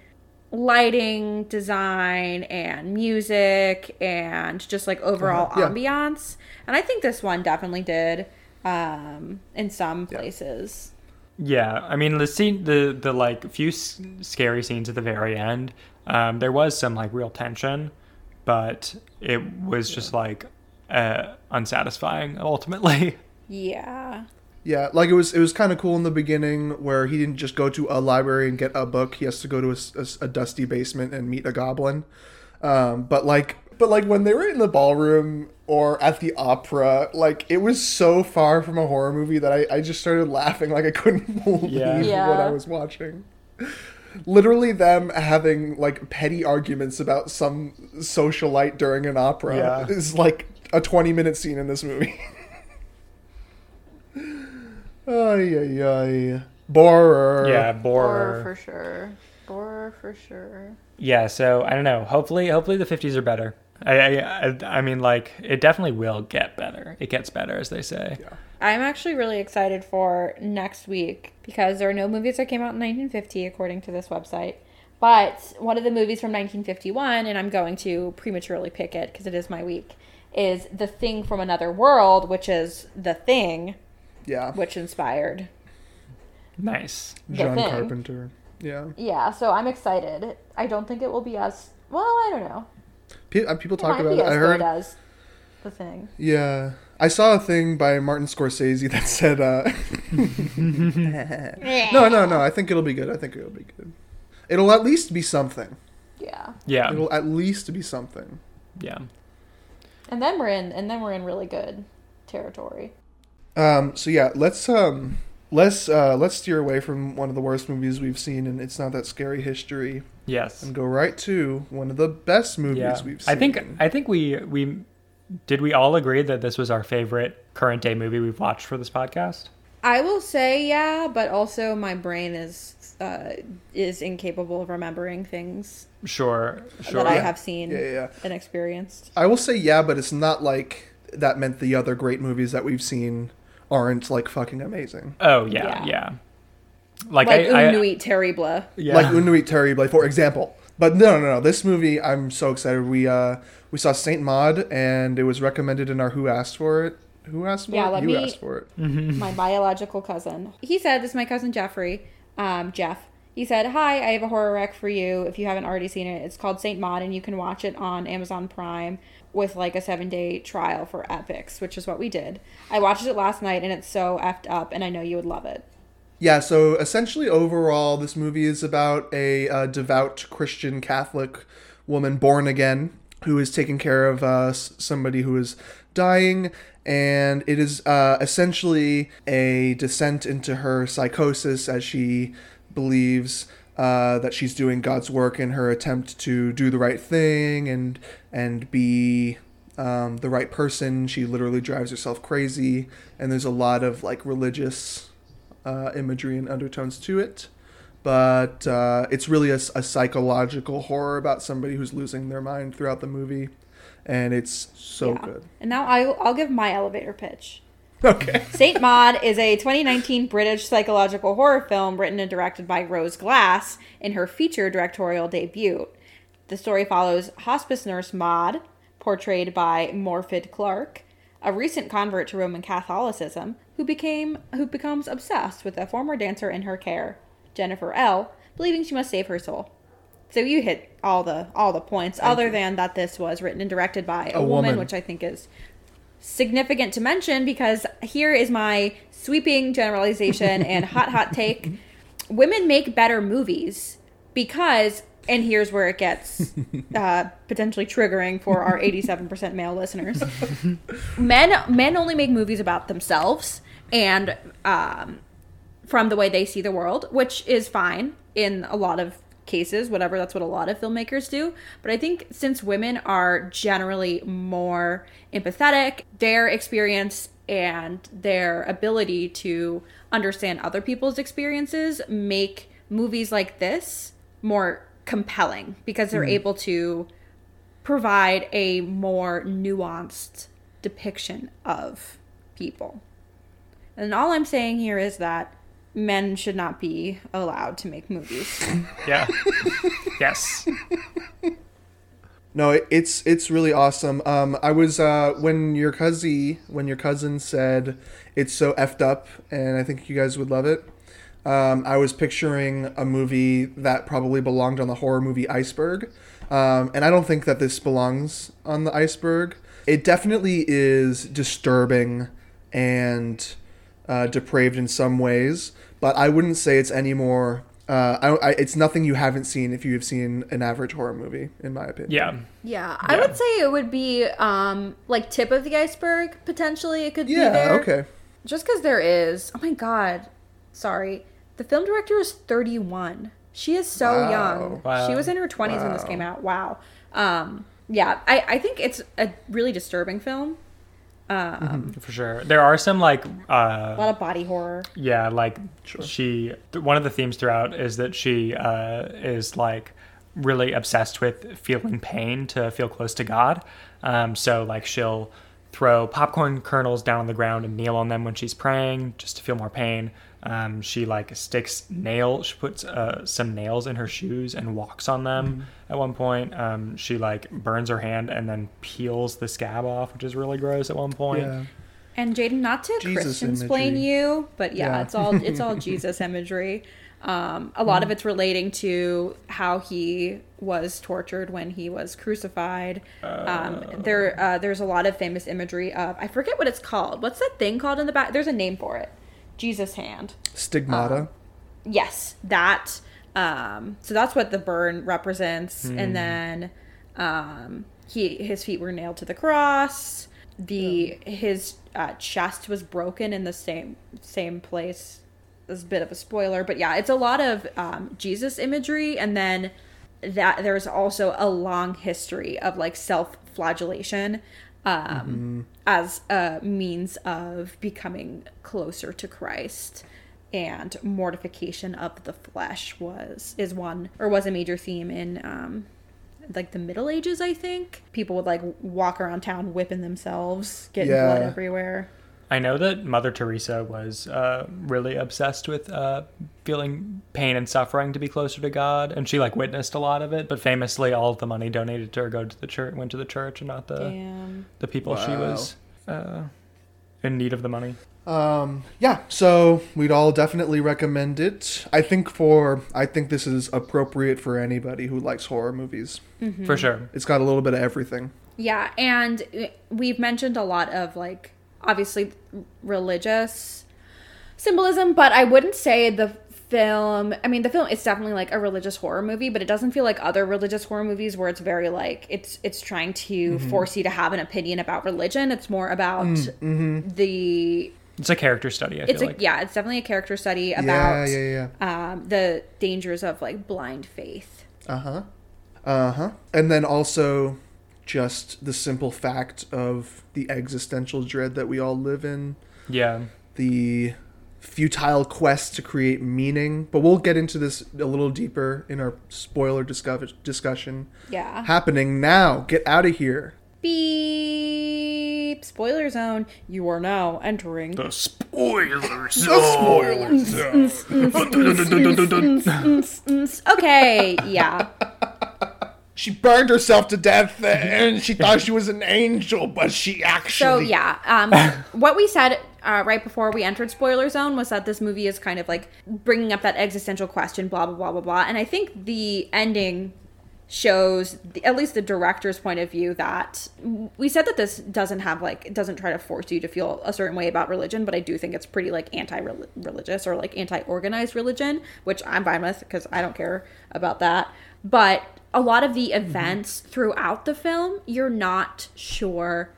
[SPEAKER 1] lighting, design, and music, and just like overall
[SPEAKER 3] Uh-huh, yeah.
[SPEAKER 1] ambiance. And I think this one definitely did um, in some places.
[SPEAKER 2] Yeah, I mean the scene, the the like few s- scary scenes at the very end. Um, there was some like real tension, but it was just like uh, unsatisfying ultimately. [laughs]
[SPEAKER 1] Yeah,
[SPEAKER 3] Yeah, like it was it was kind of cool in the beginning where he didn't just go to a library and get a book. He has to go to a s- a, s- a dusty basement and meet a goblin. Um, but like but like when they were in the ballroom or at the opera, like it was so far from a horror movie that I, I just started laughing like I couldn't [laughs] believe
[SPEAKER 2] Yeah.
[SPEAKER 1] Yeah.
[SPEAKER 3] what I was watching. Literally them having like petty arguments about some socialite during an opera
[SPEAKER 2] Yeah.
[SPEAKER 3] is like a 20 minute scene in this movie. [laughs] Ay, ay, ay. Borer.
[SPEAKER 2] yeah,
[SPEAKER 1] or
[SPEAKER 2] borer.
[SPEAKER 1] for sure, or for sure.
[SPEAKER 2] yeah, so I don't know. Hopefully, hopefully the fifties are better. I, I I- I mean like it definitely will get better. It gets better as they say.
[SPEAKER 1] I'm actually really excited for next week because there are no movies that came out in 1950, according to this website. But one of the movies from 1951, and I'm going to prematurely pick it because it is my week, is The Thing from Another World, which is The Thing,
[SPEAKER 3] Yeah.
[SPEAKER 1] which inspired.
[SPEAKER 2] Nice.
[SPEAKER 3] John
[SPEAKER 1] thing.
[SPEAKER 3] Carpenter. Yeah.
[SPEAKER 1] Yeah, so I'm excited. I don't think it will be as. Well, I don't know.
[SPEAKER 3] Pe- uh, people
[SPEAKER 1] It
[SPEAKER 3] talk
[SPEAKER 1] might
[SPEAKER 3] about
[SPEAKER 1] be
[SPEAKER 3] it.
[SPEAKER 1] as
[SPEAKER 3] I heard.
[SPEAKER 1] good as The Thing.
[SPEAKER 3] Yeah. I saw a thing by Martin Scorsese that [laughs] said, uh, no, no, no. I think it'll be good. I think it'll be good. It'll at least be something.
[SPEAKER 1] Yeah.
[SPEAKER 2] Yeah,
[SPEAKER 3] It'll at least be something.
[SPEAKER 2] yeah.
[SPEAKER 1] And then we're in, and then we're in really good territory.
[SPEAKER 3] Um, so yeah, let's um, let's uh, let's steer away from one of the worst movies we've seen, and it's not that scary history,
[SPEAKER 2] Yes.
[SPEAKER 3] and go right to one of the best movies
[SPEAKER 2] Yeah.
[SPEAKER 3] we've
[SPEAKER 2] I
[SPEAKER 3] seen.
[SPEAKER 2] think I think we we did we all agree that this was our favorite current day movie we've watched for this podcast.
[SPEAKER 1] I will say yeah, but also my brain is uh, is incapable of remembering things
[SPEAKER 2] Sure, sure.
[SPEAKER 1] that I have seen
[SPEAKER 3] Yeah, yeah, yeah.
[SPEAKER 1] and experienced.
[SPEAKER 3] I will say yeah, but it's not like that meant the other great movies that we've seen aren't like fucking amazing.
[SPEAKER 2] Oh yeah, yeah.
[SPEAKER 1] Yeah.
[SPEAKER 2] Like,
[SPEAKER 1] Like
[SPEAKER 2] I, I
[SPEAKER 1] Unuit
[SPEAKER 2] [laughs]
[SPEAKER 1] Terrible.
[SPEAKER 2] yeah.
[SPEAKER 3] Like Unuit Terrible, for example. But no, no, no. This movie, I'm so excited. We uh we saw Saint Maud, and it was recommended in our Who Asked for It. Who asked for
[SPEAKER 1] Yeah,
[SPEAKER 3] it?
[SPEAKER 1] let
[SPEAKER 3] you
[SPEAKER 1] me-
[SPEAKER 3] asked for it.
[SPEAKER 1] my biological cousin. He said, This is my cousin Jeffrey, um, Jeff. He said, Hi, I have a horror rec for you if you haven't already seen it. It's called Saint Maud, and you can watch it on Amazon Prime with like a seven day trial for Epics, which is what we did. I watched it last night, and it's so effed up, and I know you would love it.
[SPEAKER 3] Yeah, so essentially, overall, this movie is about a uh, devout Christian Catholic woman born again who is taking care of uh, s- somebody who is dying, and it is uh, essentially a descent into her psychosis as she believes uh, that she's doing God's work in her attempt to do the right thing and and be um, the right person. She literally drives herself crazy, and there's a lot of like religious uh, imagery and undertones to it. But uh, it's really a, s- a psychological horror about somebody who's losing their mind throughout the movie, and it's so
[SPEAKER 1] Yeah.
[SPEAKER 3] good.
[SPEAKER 1] And now I, I'll give my elevator pitch.
[SPEAKER 3] Okay. [laughs]
[SPEAKER 1] Saint Maud is a 2019 British psychological horror film written and directed by Rose Glass in her feature directorial debut. The story follows hospice nurse Maud, portrayed by Morfydd Clark, a recent convert to Roman Catholicism who became who becomes obsessed with a former dancer in her care, Jennifer L, believing she must save her soul. So you hit all the all the points other than that this was written and directed by a,
[SPEAKER 3] A
[SPEAKER 1] woman,
[SPEAKER 3] woman.
[SPEAKER 1] which I think is significant to mention because here is my sweeping generalization and hot hot take [laughs] women make better movies because and here's where it [laughs] gets uh, potentially triggering for our 87% male [laughs] listeners men men only make movies about themselves and um, from the way they see the world, which is fine in a lot of cases, whatever. That's what a lot of filmmakers do. But I think since women are generally more empathetic, their experience and their ability to understand other people's experiences make movies like this more compelling because they're able to provide a more nuanced depiction of people. And all I'm saying here is that men should not be allowed to make movies.
[SPEAKER 2] yeah. yes.
[SPEAKER 3] No, it- it's it's really awesome. Um, I was uh, when your cousin when your cousin said it's so effed up, and I think you guys would love it. Um, I was picturing a movie that probably belonged on the horror movie Iceberg, um, and I don't think that this belongs on the Iceberg. It definitely is disturbing and uh, depraved in some ways, but I wouldn't say it's any more. Uh, I, I, it's nothing you haven't seen if you have seen an average horror movie, in my opinion.
[SPEAKER 2] Yeah.
[SPEAKER 1] Yeah, I would say it would be um like tip of the iceberg potentially. It could be
[SPEAKER 3] Yeah,
[SPEAKER 1] there.
[SPEAKER 3] okay.
[SPEAKER 1] Just because there is. Oh my god. Sorry. The film director is 31. She is so
[SPEAKER 3] Wow.
[SPEAKER 1] young.
[SPEAKER 2] Wow.
[SPEAKER 1] She was in her 20s when this came out. Wow. Um yeah, I I think it's a really disturbing film. Um
[SPEAKER 2] For sure. There are some like uh
[SPEAKER 1] a lot of body horror.
[SPEAKER 2] yeah, like she th- one of the themes throughout is that she uh is like really obsessed with feeling pain to feel close to God. Um so like she'll throw popcorn kernels down on the ground and kneel on them when she's praying just to feel more pain. Um she like sticks nail she puts uh some nails in her shoes and walks on them at one point. Um she like burns her hand and then peels the scab off, which is really gross at one point.
[SPEAKER 3] Yeah.
[SPEAKER 1] And Jaden, not to
[SPEAKER 3] Jesus
[SPEAKER 1] Christian explain
[SPEAKER 3] imagery.
[SPEAKER 1] you, but yeah,
[SPEAKER 3] Yeah.
[SPEAKER 1] it's
[SPEAKER 3] [laughs]
[SPEAKER 1] all it's all Jesus imagery. Um, a
[SPEAKER 3] Mm.
[SPEAKER 1] lot of it's relating to how he was tortured when he was crucified.
[SPEAKER 3] Oh.
[SPEAKER 1] um, there, uh, there's a lot of famous imagery of I forget what it's called. What's that thing called in the back? There's a name for it. Jesus hand.
[SPEAKER 3] Stigmata.
[SPEAKER 1] Um, Yes, that. Um, so that's what the burn represents, and then um, he his feet were nailed to the cross. The his uh, chest was broken in the same same place. This is a bit of a spoiler, but yeah, it's a lot of um, Jesus imagery, and then that there's also a long history of like self flagellation um, as a means of becoming closer to Christ. And mortification of the flesh was is one or was a major theme in um, like the Middle Ages. I think people would like walk around town whipping themselves, getting blood
[SPEAKER 3] Yeah.
[SPEAKER 1] everywhere.
[SPEAKER 2] I know that Mother Teresa was uh, really obsessed with uh, feeling pain and suffering to be closer to God, and she like witnessed a lot of it. But famously, all of the money donated to her go to the church went to the church, and not the
[SPEAKER 1] Damn.
[SPEAKER 2] the people she
[SPEAKER 3] Wow.
[SPEAKER 2] was uh, in need of the money.
[SPEAKER 3] Um, yeah, so we'd all definitely recommend it. I think for I think this is appropriate for anybody who likes horror movies.
[SPEAKER 1] Mm-hmm.
[SPEAKER 2] For sure.
[SPEAKER 3] It's got a little bit of everything.
[SPEAKER 1] Yeah, and uh, we've mentioned a lot of like obviously religious symbolism, but I wouldn't say the film, I mean the film is definitely like a religious horror movie, but it doesn't feel like other religious horror movies where it's very like it's it's trying to force you to have an opinion about religion. It's more about the
[SPEAKER 2] It's a character study. I
[SPEAKER 1] it's
[SPEAKER 2] feel
[SPEAKER 1] a
[SPEAKER 2] like.
[SPEAKER 1] yeah, it's definitely a character study about
[SPEAKER 3] yeah, yeah,
[SPEAKER 1] um the dangers of like blind faith.
[SPEAKER 3] yeah. Uh huh. Uh huh. And then also just the simple fact of the existential dread that we all live in,
[SPEAKER 2] yeah.
[SPEAKER 3] the futile quest to create meaning. But we'll get into this a little deeper in our spoiler discover- discussion
[SPEAKER 1] Yeah.
[SPEAKER 3] happening now. Get out of here.
[SPEAKER 1] Beep! Spoiler zone. You are now entering.
[SPEAKER 2] The
[SPEAKER 3] [laughs]
[SPEAKER 2] spoiler
[SPEAKER 1] [laughs] Mm, okay, yeah.
[SPEAKER 3] She burned herself to death and she thought she was an angel, but she
[SPEAKER 1] So
[SPEAKER 3] actually.
[SPEAKER 1] yeah, um, what we said uh, right before we entered spoiler zone was that this movie is kind of like bringing up that existential question, blah blah blah blah blah. And I think the ending shows the, at least the director's point of view that we said that this doesn't have like it doesn't try to force you to feel a certain way about religion but i do think it's pretty like anti-religious or like anti-organized religion which i'm fine with because i don't care about that but a lot of the events throughout the film you're not sure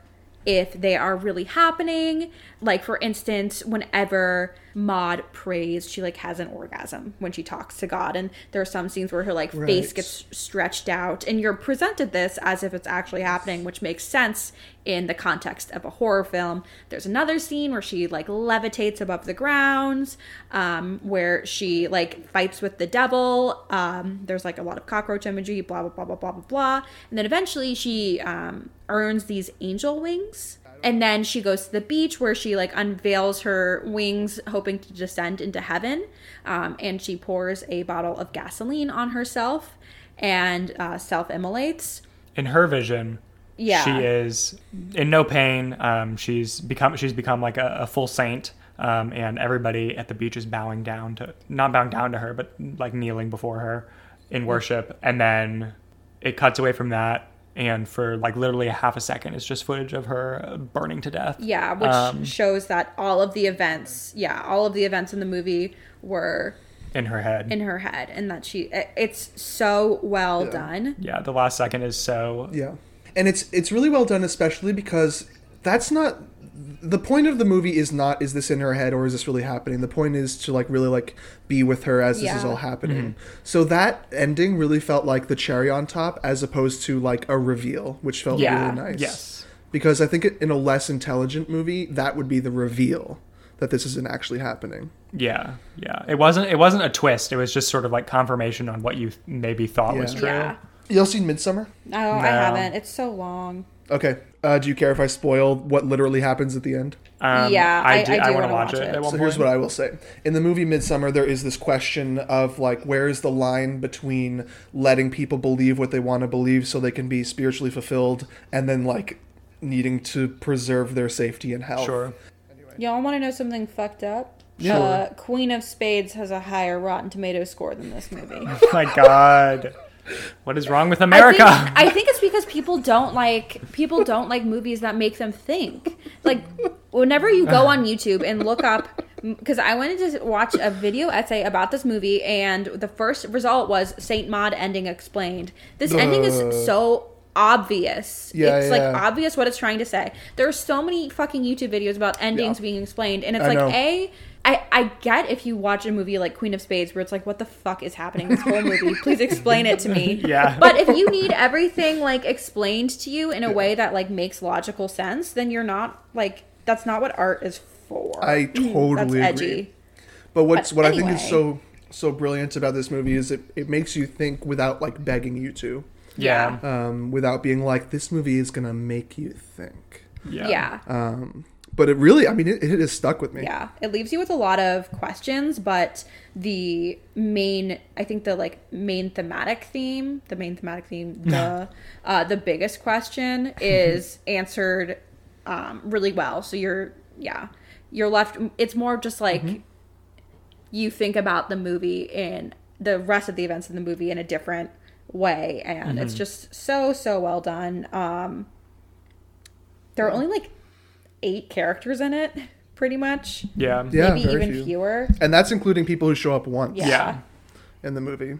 [SPEAKER 1] if they are really happening. Like for instance, whenever Maud prays, she like has an orgasm when she talks to God, and there are some scenes where her like face
[SPEAKER 3] Right.
[SPEAKER 1] gets stretched out, and you're presented this as if it's actually happening, which makes sense in the context of a horror film. There's another scene where she like levitates above the grounds, um, where she like fights with the devil. Um, there's like a lot of cockroach imagery, blah blah blah blah blah blah blah, and then eventually she um, earns these angel wings. And then she goes to the beach where she like unveils her wings, hoping to descend into heaven. Um, and she pours a bottle of gasoline on herself and uh, self immolates.
[SPEAKER 2] in her vision
[SPEAKER 1] Yeah.
[SPEAKER 2] she is in no pain um, she's become she's become like a, a full saint um, and everybody at the beach is bowing down to not bowing down to her but like kneeling before her in worship and then it cuts away from that and for like literally a half a second it's just footage of her uh, burning to death
[SPEAKER 1] Yeah, which
[SPEAKER 2] Um,
[SPEAKER 1] shows that all of the events, yeah, all of the events in the movie were
[SPEAKER 2] in her head
[SPEAKER 1] in her head and that she, it- it's so well done.
[SPEAKER 2] yeah the last second is so
[SPEAKER 3] Yeah. And it's it's really well done, especially because that's not the point of the movie is not is this in her head or is this really happening? The point is to like really like be with her as this is
[SPEAKER 1] Yeah.
[SPEAKER 3] all happening.
[SPEAKER 2] Mm-hmm.
[SPEAKER 3] So that ending really felt like the cherry on top as opposed to like a reveal, which felt
[SPEAKER 2] Yeah.
[SPEAKER 3] really nice.
[SPEAKER 2] Yes.
[SPEAKER 3] Because I think in a less intelligent movie, that would be the reveal that this isn't actually happening.
[SPEAKER 2] yeah yeah it wasn't it wasn't a twist it was just sort of like confirmation on what you maybe thought was
[SPEAKER 3] Yeah.
[SPEAKER 2] true
[SPEAKER 1] Yeah.
[SPEAKER 3] Y'all seen Midsummer?
[SPEAKER 1] Oh, I
[SPEAKER 2] No.
[SPEAKER 1] haven't. It's so long.
[SPEAKER 3] Okay. Uh, do you care if I spoil what literally happens at the end?
[SPEAKER 2] Um,
[SPEAKER 1] Yeah, I-
[SPEAKER 2] I do,
[SPEAKER 1] I do
[SPEAKER 2] want
[SPEAKER 1] wanna
[SPEAKER 2] to watch
[SPEAKER 1] watch
[SPEAKER 2] it.
[SPEAKER 1] it.
[SPEAKER 2] at one
[SPEAKER 3] So here's
[SPEAKER 2] point.
[SPEAKER 3] what I will say. In the movie Midsummer, there is this question of like, where is the line between letting people believe what they want to believe so they can be spiritually fulfilled, and then like needing to preserve their safety and health.
[SPEAKER 2] Sure.
[SPEAKER 1] Y'all want to know something fucked up?
[SPEAKER 3] Sure.
[SPEAKER 1] Uh, Queen of Spades has a higher Rotten Tomato score than this
[SPEAKER 2] [laughs]
[SPEAKER 1] movie.
[SPEAKER 2] [laughs] My God. What is wrong with America?
[SPEAKER 1] I
[SPEAKER 2] [laughs]
[SPEAKER 1] think, I think it's because people don't like people don't like movies that make them think. Like whenever you go on YouTube and look up because I wanted to watch a video essay about this movie and the first result was Saint Maud ending explained. This ending is so obvious.
[SPEAKER 3] Yeah,
[SPEAKER 1] it's like
[SPEAKER 3] yeah.
[SPEAKER 1] obvious what it's trying to say. There are so many fucking YouTube videos about endings
[SPEAKER 3] Yeah.
[SPEAKER 1] being explained and it's
[SPEAKER 3] I
[SPEAKER 1] like
[SPEAKER 3] know.
[SPEAKER 1] a I, I get if you watch a movie like Queen of Spades where it's like, what the fuck is happening this whole movie? Please explain it to me.
[SPEAKER 2] [laughs] Yeah.
[SPEAKER 1] But if you need everything like explained to you in a way that like makes logical sense, then you're not like that's not what art is for.
[SPEAKER 3] I totally
[SPEAKER 1] that's
[SPEAKER 3] agree.
[SPEAKER 1] edgy.
[SPEAKER 3] But what's
[SPEAKER 1] But
[SPEAKER 3] what I think is so
[SPEAKER 1] anyway.
[SPEAKER 3] so brilliant about this movie is it, it makes you think without like begging you to,
[SPEAKER 2] Yeah.
[SPEAKER 3] um, without being like this movie is gonna make you think.
[SPEAKER 1] Yeah.
[SPEAKER 2] Yeah.
[SPEAKER 1] yeah.
[SPEAKER 3] Um, but it really, I mean, it, it has stuck with me.
[SPEAKER 1] Yeah, it leaves you with a lot of questions, but the main, I think the like main thematic theme, the main thematic theme, the uh, the biggest question is answered um, really well. So you're, yeah, you're left. It's more just like you think about the movie in the rest of the events in the movie in a different way, and it's just so so well done. Um, there are only like eight characters in it, pretty much.
[SPEAKER 2] Yeah.
[SPEAKER 3] Yeah,
[SPEAKER 1] Maybe
[SPEAKER 3] very
[SPEAKER 1] even
[SPEAKER 3] few.
[SPEAKER 1] fewer.
[SPEAKER 3] And that's including people who show up once
[SPEAKER 1] Yeah.
[SPEAKER 2] Yeah.
[SPEAKER 3] in the movie.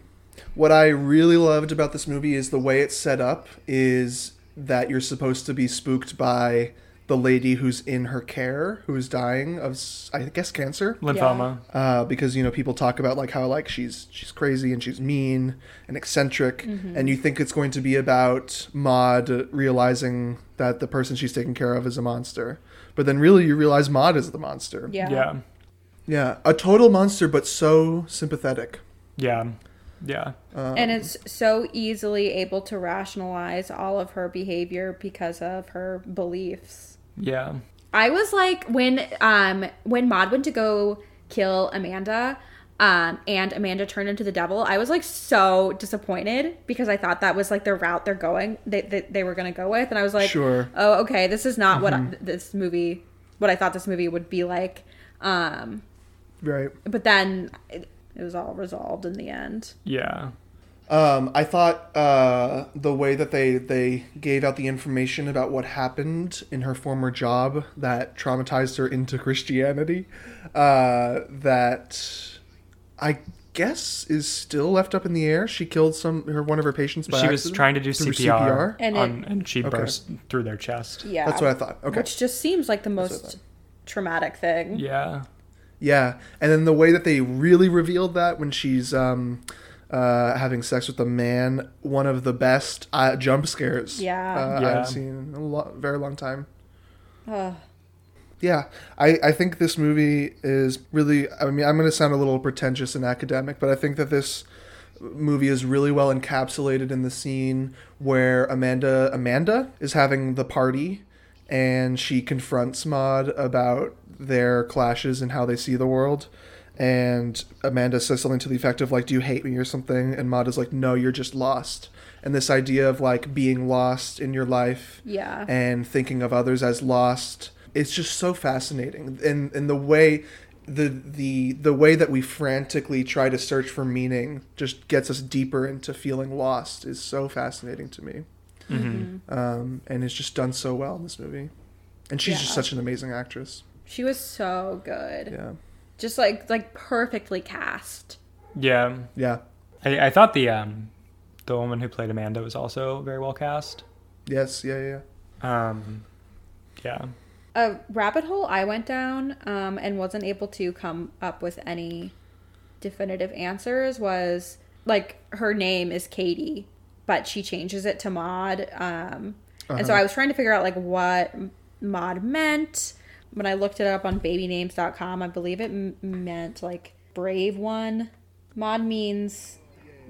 [SPEAKER 3] What I really loved about this movie is the way it's set up is that you're supposed to be spooked by the lady who's in her care who's dying of s- I guess cancer.
[SPEAKER 2] Lymphoma.
[SPEAKER 3] uh, because you know people talk about like how like she's she's crazy and she's mean and eccentric, and you think it's going to be about Maud realizing that the person she's taking care of is a monster, but then really you realize Maud is the monster.
[SPEAKER 1] Yeah.
[SPEAKER 2] Yeah. Yeah.
[SPEAKER 3] Yeah, a total monster, but so sympathetic.
[SPEAKER 2] Yeah.
[SPEAKER 1] and it's so easily able to rationalize all of her behavior because of her beliefs.
[SPEAKER 2] Yeah.
[SPEAKER 1] I was like when um when Maud went to go kill Amanda um and Amanda turned into the devil, I was like so disappointed because I thought that was like the route they're going that they, they were going to go with and I was like
[SPEAKER 3] Sure. Mm-hmm.
[SPEAKER 1] oh okay, this is not what I, this movie what I thought this movie would be like um
[SPEAKER 3] Right.
[SPEAKER 1] but then it, it was all resolved in the end.
[SPEAKER 2] Yeah.
[SPEAKER 3] Um, I thought uh, the way that they they gave out the information about what happened in her former job that traumatized her into [laughs] Christianity, uh, that I guess is still left up in the air. She killed some her one of her patients. By
[SPEAKER 2] she was
[SPEAKER 3] accident
[SPEAKER 2] trying to do
[SPEAKER 3] through
[SPEAKER 2] CPR,
[SPEAKER 1] And
[SPEAKER 2] and,
[SPEAKER 1] it-
[SPEAKER 2] on, and she
[SPEAKER 3] Okay.
[SPEAKER 2] burst through their chest.
[SPEAKER 1] Yeah.
[SPEAKER 3] That's what I thought. Okay.
[SPEAKER 1] Which just seems like the
[SPEAKER 3] what I
[SPEAKER 1] most
[SPEAKER 3] thought.
[SPEAKER 1] traumatic thing.
[SPEAKER 2] Yeah.
[SPEAKER 3] Yeah, and then the way that they really revealed that when she's um, uh, having sex with a man, one of the best uh, jump scares
[SPEAKER 1] Yeah.
[SPEAKER 3] uh,
[SPEAKER 2] Yeah.
[SPEAKER 3] I've seen in a lo- very long time.
[SPEAKER 1] Ugh.
[SPEAKER 3] Yeah, I, I think this movie is really. I mean, I'm going to sound a little pretentious and academic, but I think that this movie is really well encapsulated in the scene where Amanda Amanda is having the party, and she confronts Maud about their clashes and how they see the world. And Amanda says something to the effect of like, "Do you hate me or something?" And Maud is like, "No, you're just lost." And this idea of like being lost in your life
[SPEAKER 1] Yeah.
[SPEAKER 3] and thinking of others as lost. It's just so fascinating, and and the way, the the the way that we frantically try to search for meaning just gets us deeper into feeling lost is so fascinating to me, um, and it's just done so well in this movie, and she's just
[SPEAKER 1] Yeah.
[SPEAKER 3] such an amazing actress.
[SPEAKER 1] She was so good.
[SPEAKER 3] Yeah,
[SPEAKER 1] Just like like perfectly cast.
[SPEAKER 2] Yeah.
[SPEAKER 3] yeah,
[SPEAKER 2] I, I thought the um, the woman who played Amanda was also very well cast.
[SPEAKER 3] yes, yeah, yeah. [laughs]
[SPEAKER 2] Um, yeah.
[SPEAKER 1] A rabbit hole I went down um, and wasn't able to come up with any definitive answers was like her name is Katie, but she changes it to Maud. Um, And so I was trying to figure out like what Maud meant. When I looked it up on babynames.com, I believe it m- meant like brave one. Maud means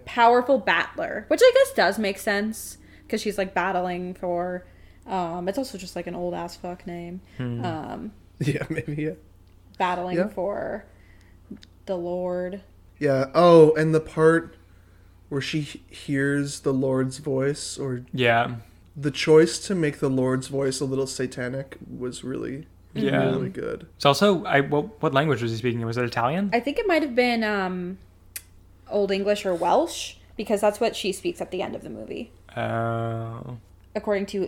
[SPEAKER 1] powerful battler, which I guess does make sense because she's like battling for. Um, it's also just like an old ass fuck name. Um,
[SPEAKER 3] yeah, yeah, maybe yeah.
[SPEAKER 1] battling
[SPEAKER 3] Yeah.
[SPEAKER 1] for the Lord.
[SPEAKER 3] Yeah. Oh, and the part where she he- hears the Lord's voice, or
[SPEAKER 2] Yeah.
[SPEAKER 3] the choice to make the Lord's voice a little satanic, was really
[SPEAKER 2] Yeah.
[SPEAKER 3] really good.
[SPEAKER 2] It's also I what what language was he speaking? Was it Italian?
[SPEAKER 1] I think it might have been um, Old English or Welsh because that's what she speaks at the end of the movie.
[SPEAKER 2] Oh.
[SPEAKER 1] Uh, According to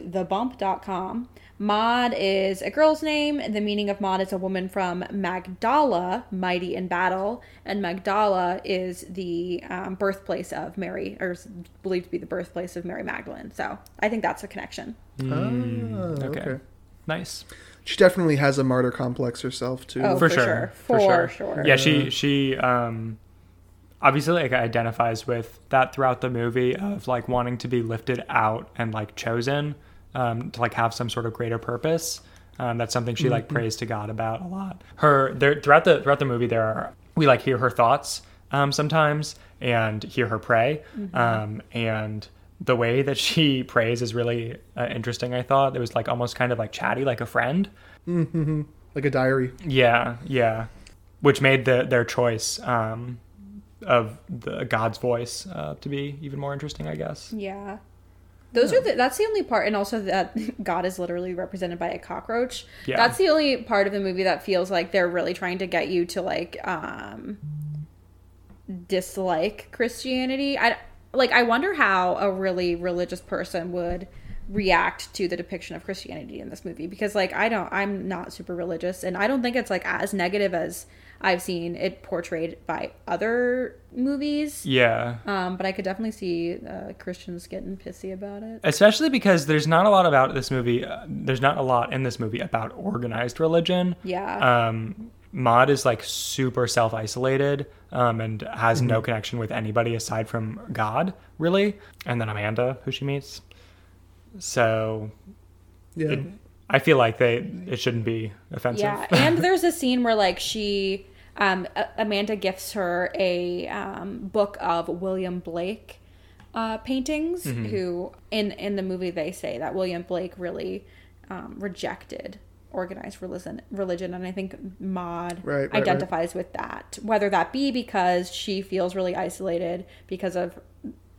[SPEAKER 1] thebump.com, Maud is a girl's name. The meaning of Maud is a woman from Magdala, mighty in battle, and Magdala is the um, birthplace of Mary, or is believed to be the birthplace of Mary Magdalene. So I think that's a connection.
[SPEAKER 3] Ah,
[SPEAKER 2] okay. nice.
[SPEAKER 3] She definitely has a martyr complex herself too.
[SPEAKER 1] Oh,
[SPEAKER 2] For,
[SPEAKER 1] For
[SPEAKER 2] sure.
[SPEAKER 1] sure.
[SPEAKER 2] For sure.
[SPEAKER 1] For sure.
[SPEAKER 2] Yeah, she she um obviously like identifies with that throughout the movie of like wanting to be lifted out and like chosen um to like have some sort of greater purpose. Um that's something she like prays to God about a lot. Her there throughout the throughout the movie there are we like hear her thoughts um sometimes and hear her pray.
[SPEAKER 1] Mm-hmm.
[SPEAKER 2] Um and the way that she [laughs] prays is really uh, interesting. I thought it was like almost kind of like chatty, like a friend.
[SPEAKER 3] Like a diary.
[SPEAKER 2] Yeah, yeah. Which made the, their choice um, of the God's voice uh, to be even more interesting, I guess.
[SPEAKER 1] Yeah. Those are the, that's the only part, and also that [laughs] God is literally represented by a cockroach.
[SPEAKER 2] Yeah.
[SPEAKER 1] That's the only part of the movie that feels like they're really trying to get you to like um dislike Christianity. I like I wonder how a really religious person would react to the depiction of Christianity in this movie because like I don't I'm not super religious and I don't think it's like as negative as I've seen it portrayed by other movies.
[SPEAKER 2] Yeah.
[SPEAKER 1] Um, but I could definitely see uh, Christians getting pissy about it.
[SPEAKER 2] Especially because there's not a lot about this movie. Uh, there's not a lot in this movie about organized religion.
[SPEAKER 1] Yeah.
[SPEAKER 2] Um, Maud is like super self isolated um, and has no connection with anybody aside from God, really. And then Amanda, who she meets. So
[SPEAKER 3] Yeah.
[SPEAKER 2] it, I feel like they it shouldn't be offensive.
[SPEAKER 1] yeah. and there's a scene where like she, um, A- Amanda gifts her a um, book of William Blake uh, paintings.
[SPEAKER 3] Mm-hmm.
[SPEAKER 1] Who in in the movie they say that William Blake really um, rejected organized religion religion and i think maud
[SPEAKER 3] Right, right, right.
[SPEAKER 1] identifies with that whether that be because she feels really isolated because of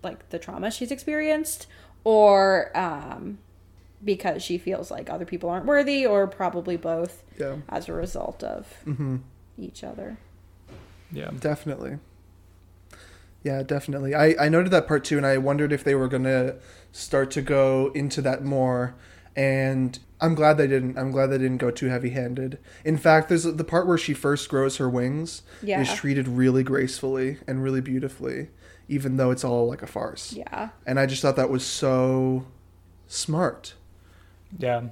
[SPEAKER 1] like the trauma she's experienced or um because she feels like other people aren't worthy or probably both
[SPEAKER 3] Yeah.
[SPEAKER 1] as a result of
[SPEAKER 3] Mm-hmm.
[SPEAKER 1] each other
[SPEAKER 2] [laughs] yeah.
[SPEAKER 3] Definitely. Yeah, definitely. I, I noted that part too, and I wondered if they were going to start to go into that more. And I'm glad they didn't. I'm glad they didn't go too heavy handed. In fact, there's the part where she first grows her wings is
[SPEAKER 1] Yeah.
[SPEAKER 3] treated really gracefully and really beautifully, even though it's all like a farce.
[SPEAKER 1] yeah
[SPEAKER 3] And I just thought that was so smart.
[SPEAKER 2] Yeah.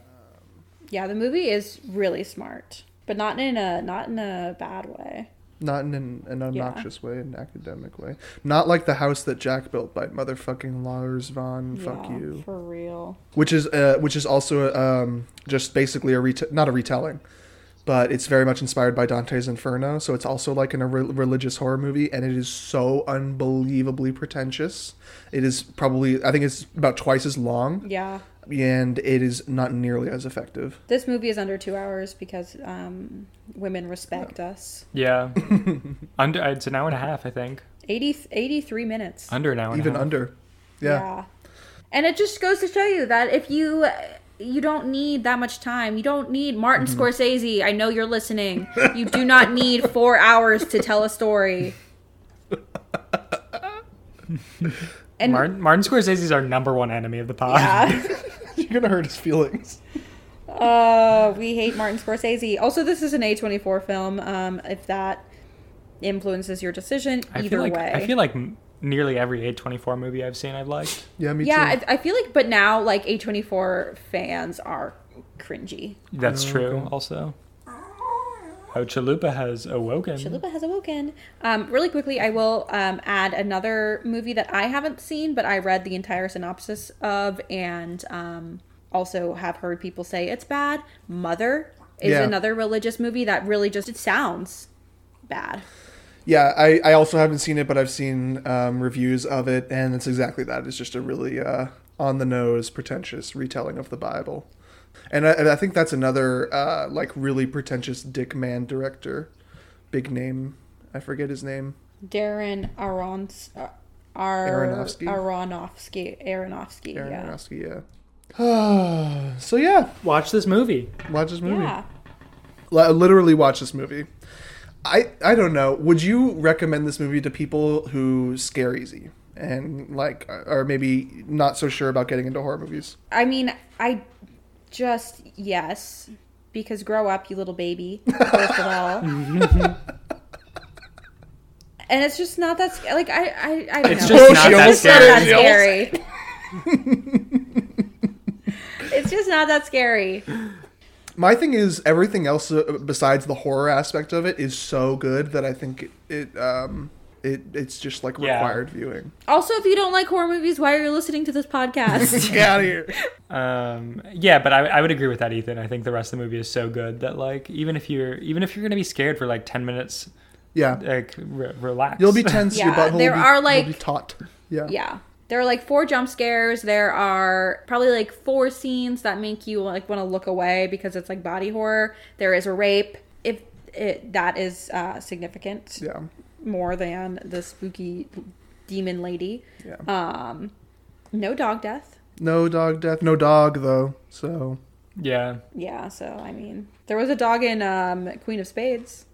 [SPEAKER 1] yeah the movie is really smart but not in a not in a bad way
[SPEAKER 3] Not in an, an
[SPEAKER 1] Yeah.
[SPEAKER 3] obnoxious way, an academic way. Not like the house that Jack built by motherfucking Lars von Mm, Fuck
[SPEAKER 1] Yeah,
[SPEAKER 3] You.
[SPEAKER 1] for real
[SPEAKER 3] which is uh, which is also um, just basically a reta- not a retelling, but it's very much inspired by Dante's Inferno. So it's also like in a re- religious horror movie, and it is so unbelievably pretentious. It is probably I think it's about twice as long,
[SPEAKER 1] yeah
[SPEAKER 3] and it is not nearly as effective.
[SPEAKER 1] this movie is under two hours because um women respect us
[SPEAKER 3] [laughs]
[SPEAKER 2] Yeah. under it's an hour and a half, I think.
[SPEAKER 1] 80 83 minutes
[SPEAKER 2] Under an hour and
[SPEAKER 3] Even
[SPEAKER 2] a half.
[SPEAKER 3] under, yeah,
[SPEAKER 1] And it just goes to show you that if you you don't need that much time. You don't need Martin
[SPEAKER 3] Mm-hmm.
[SPEAKER 1] Scorsese. I know you're listening. You do not need 4 hours to tell a
[SPEAKER 3] [laughs]
[SPEAKER 1] story. And
[SPEAKER 2] Martin, Martin Scorsese's our number one enemy of the pod.
[SPEAKER 1] yeah.
[SPEAKER 3] [laughs] you're gonna hurt his feelings.
[SPEAKER 1] Uh, we hate Martin Scorsese. Also, this is an A24 film. Um, if that influences your decision,
[SPEAKER 2] [laughs] I
[SPEAKER 1] either
[SPEAKER 2] feel like
[SPEAKER 1] way.
[SPEAKER 2] I feel like m- nearly every A24 movie I've seen I've liked.
[SPEAKER 3] Yeah, me
[SPEAKER 1] yeah,
[SPEAKER 3] too.
[SPEAKER 1] I, I feel like, but now, like, A24 fans are cringy.
[SPEAKER 2] That's true also. Oh, Chalupa has awoken.
[SPEAKER 1] Chalupa has awoken. Um, really quickly, I will um, add another movie that I haven't seen, but I read the entire synopsis of, and um, also have heard people say it's bad. Mother is
[SPEAKER 3] Yeah.
[SPEAKER 1] another religious movie that really just it sounds bad.
[SPEAKER 3] yeah, I, I also haven't seen it, but I've seen um, reviews of it, and it's exactly that. It's just a really uh, on the nose, pretentious retelling of the Bible, and I, and I think that's another uh, like really pretentious dick man director, big name. I forget his name.
[SPEAKER 1] Darren Arons, uh, Ar-
[SPEAKER 3] Aronofsky?
[SPEAKER 1] Aronofsky, Aronofsky,
[SPEAKER 3] Darren
[SPEAKER 1] yeah.
[SPEAKER 3] Aronofsky. Yeah. [sighs] so yeah,
[SPEAKER 2] Watch this movie.
[SPEAKER 3] watch this movie.
[SPEAKER 1] Yeah,
[SPEAKER 3] Li- literally watch this movie. I I don't know. Would you recommend this movie to people who scare easy and like are maybe not so sure about getting into horror movies?
[SPEAKER 1] I mean, I just yes, because grow up, you little baby. First of
[SPEAKER 2] [laughs]
[SPEAKER 1] all. And it's just not that sc- like I I, I don't
[SPEAKER 2] It's
[SPEAKER 1] know.
[SPEAKER 2] just
[SPEAKER 3] Oh,
[SPEAKER 2] not
[SPEAKER 3] she
[SPEAKER 2] that
[SPEAKER 3] almost said
[SPEAKER 1] not
[SPEAKER 2] scary.
[SPEAKER 1] that
[SPEAKER 3] it. She almost-
[SPEAKER 2] [laughs]
[SPEAKER 1] scary. it's just not that scary.
[SPEAKER 3] My thing is everything else uh, besides the horror aspect of it is so good that I think it, it um it it's just like
[SPEAKER 2] Yeah.
[SPEAKER 3] required viewing.
[SPEAKER 1] Also, if you don't like horror movies, why are you listening to this podcast?
[SPEAKER 3] [laughs] Get out of here.
[SPEAKER 2] Um, yeah, but I, I would agree with that, Ethan. I think the rest of the movie is so good that like even if you're even if you're gonna be scared for like ten minutes,
[SPEAKER 3] Yeah,
[SPEAKER 2] like re- relax.
[SPEAKER 3] you'll be tense. Your
[SPEAKER 1] Yeah,
[SPEAKER 3] butthole.
[SPEAKER 1] there
[SPEAKER 3] will be,
[SPEAKER 1] are,
[SPEAKER 3] will
[SPEAKER 1] like-
[SPEAKER 3] be taut. Yeah.
[SPEAKER 1] yeah. There are like four jump scares. There are probably like four scenes that make you like want to look away because it's like body horror. There is a rape. If it, that is uh, significant
[SPEAKER 3] Yeah.
[SPEAKER 1] more than the spooky demon lady.
[SPEAKER 3] Yeah.
[SPEAKER 1] Um, no dog death.
[SPEAKER 3] No dog death. No dog though. So
[SPEAKER 2] [laughs] yeah.
[SPEAKER 1] Yeah, so I mean, there was a dog in um, Queen of Spades.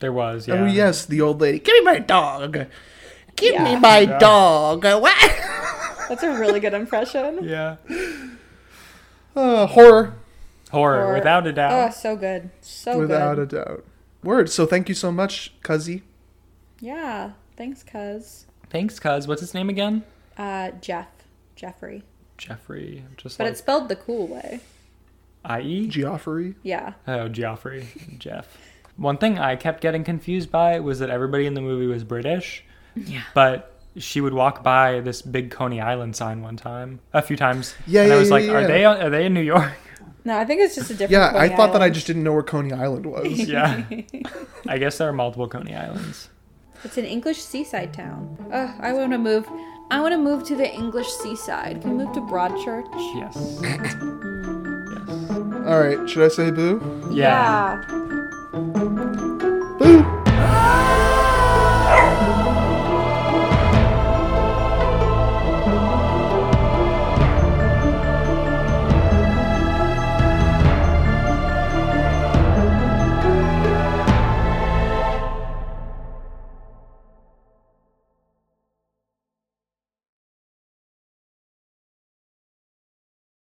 [SPEAKER 2] There was yeah.
[SPEAKER 3] oh yes, the old lady. Give me my dog. Give
[SPEAKER 1] Yeah.
[SPEAKER 3] me my
[SPEAKER 2] Yeah.
[SPEAKER 3] dog. [laughs] What?
[SPEAKER 1] That's a really good
[SPEAKER 3] [laughs]
[SPEAKER 1] impression.
[SPEAKER 2] Yeah.
[SPEAKER 3] Uh, horror,
[SPEAKER 2] Horror,
[SPEAKER 1] Or-
[SPEAKER 2] without a doubt.
[SPEAKER 1] Oh, so good, so
[SPEAKER 3] without
[SPEAKER 1] good.
[SPEAKER 3] a doubt. Word. So thank you so much, Cuzzy.
[SPEAKER 1] yeah, thanks, Cuz.
[SPEAKER 2] Thanks, cuz. What's his name again?
[SPEAKER 1] Uh, Jeff, Jeffrey,
[SPEAKER 2] Jeffrey. Just
[SPEAKER 1] but
[SPEAKER 2] like
[SPEAKER 1] it's spelled the cool way.
[SPEAKER 2] I.E.
[SPEAKER 3] Geoffrey.
[SPEAKER 1] Yeah,
[SPEAKER 2] Oh, Geoffrey. Jeff. One thing I kept getting confused by was that everybody in the movie was British. Yeah. But she would walk by this big Coney Island sign one time, a few times.
[SPEAKER 3] Yeah,
[SPEAKER 2] And
[SPEAKER 3] yeah,
[SPEAKER 2] I was
[SPEAKER 3] yeah,
[SPEAKER 2] like,
[SPEAKER 3] yeah,
[SPEAKER 2] are
[SPEAKER 3] yeah.
[SPEAKER 2] they are they in New [laughs] York?
[SPEAKER 1] no, I think it's just a different.
[SPEAKER 3] Yeah, I
[SPEAKER 1] Coney
[SPEAKER 3] thought that I
[SPEAKER 1] Island.
[SPEAKER 3] just didn't know where Coney
[SPEAKER 2] [laughs]
[SPEAKER 3] Island was.
[SPEAKER 2] yeah. I guess there are multiple Coney Islands.
[SPEAKER 1] [laughs] It's an English seaside town. Ugh, I want to move. I want to move to the English seaside. Can we move to
[SPEAKER 2] [laughs]
[SPEAKER 1] Broadchurch?
[SPEAKER 2] Yes. yes.
[SPEAKER 3] All right, should I say boo?
[SPEAKER 2] Yeah.
[SPEAKER 1] yeah.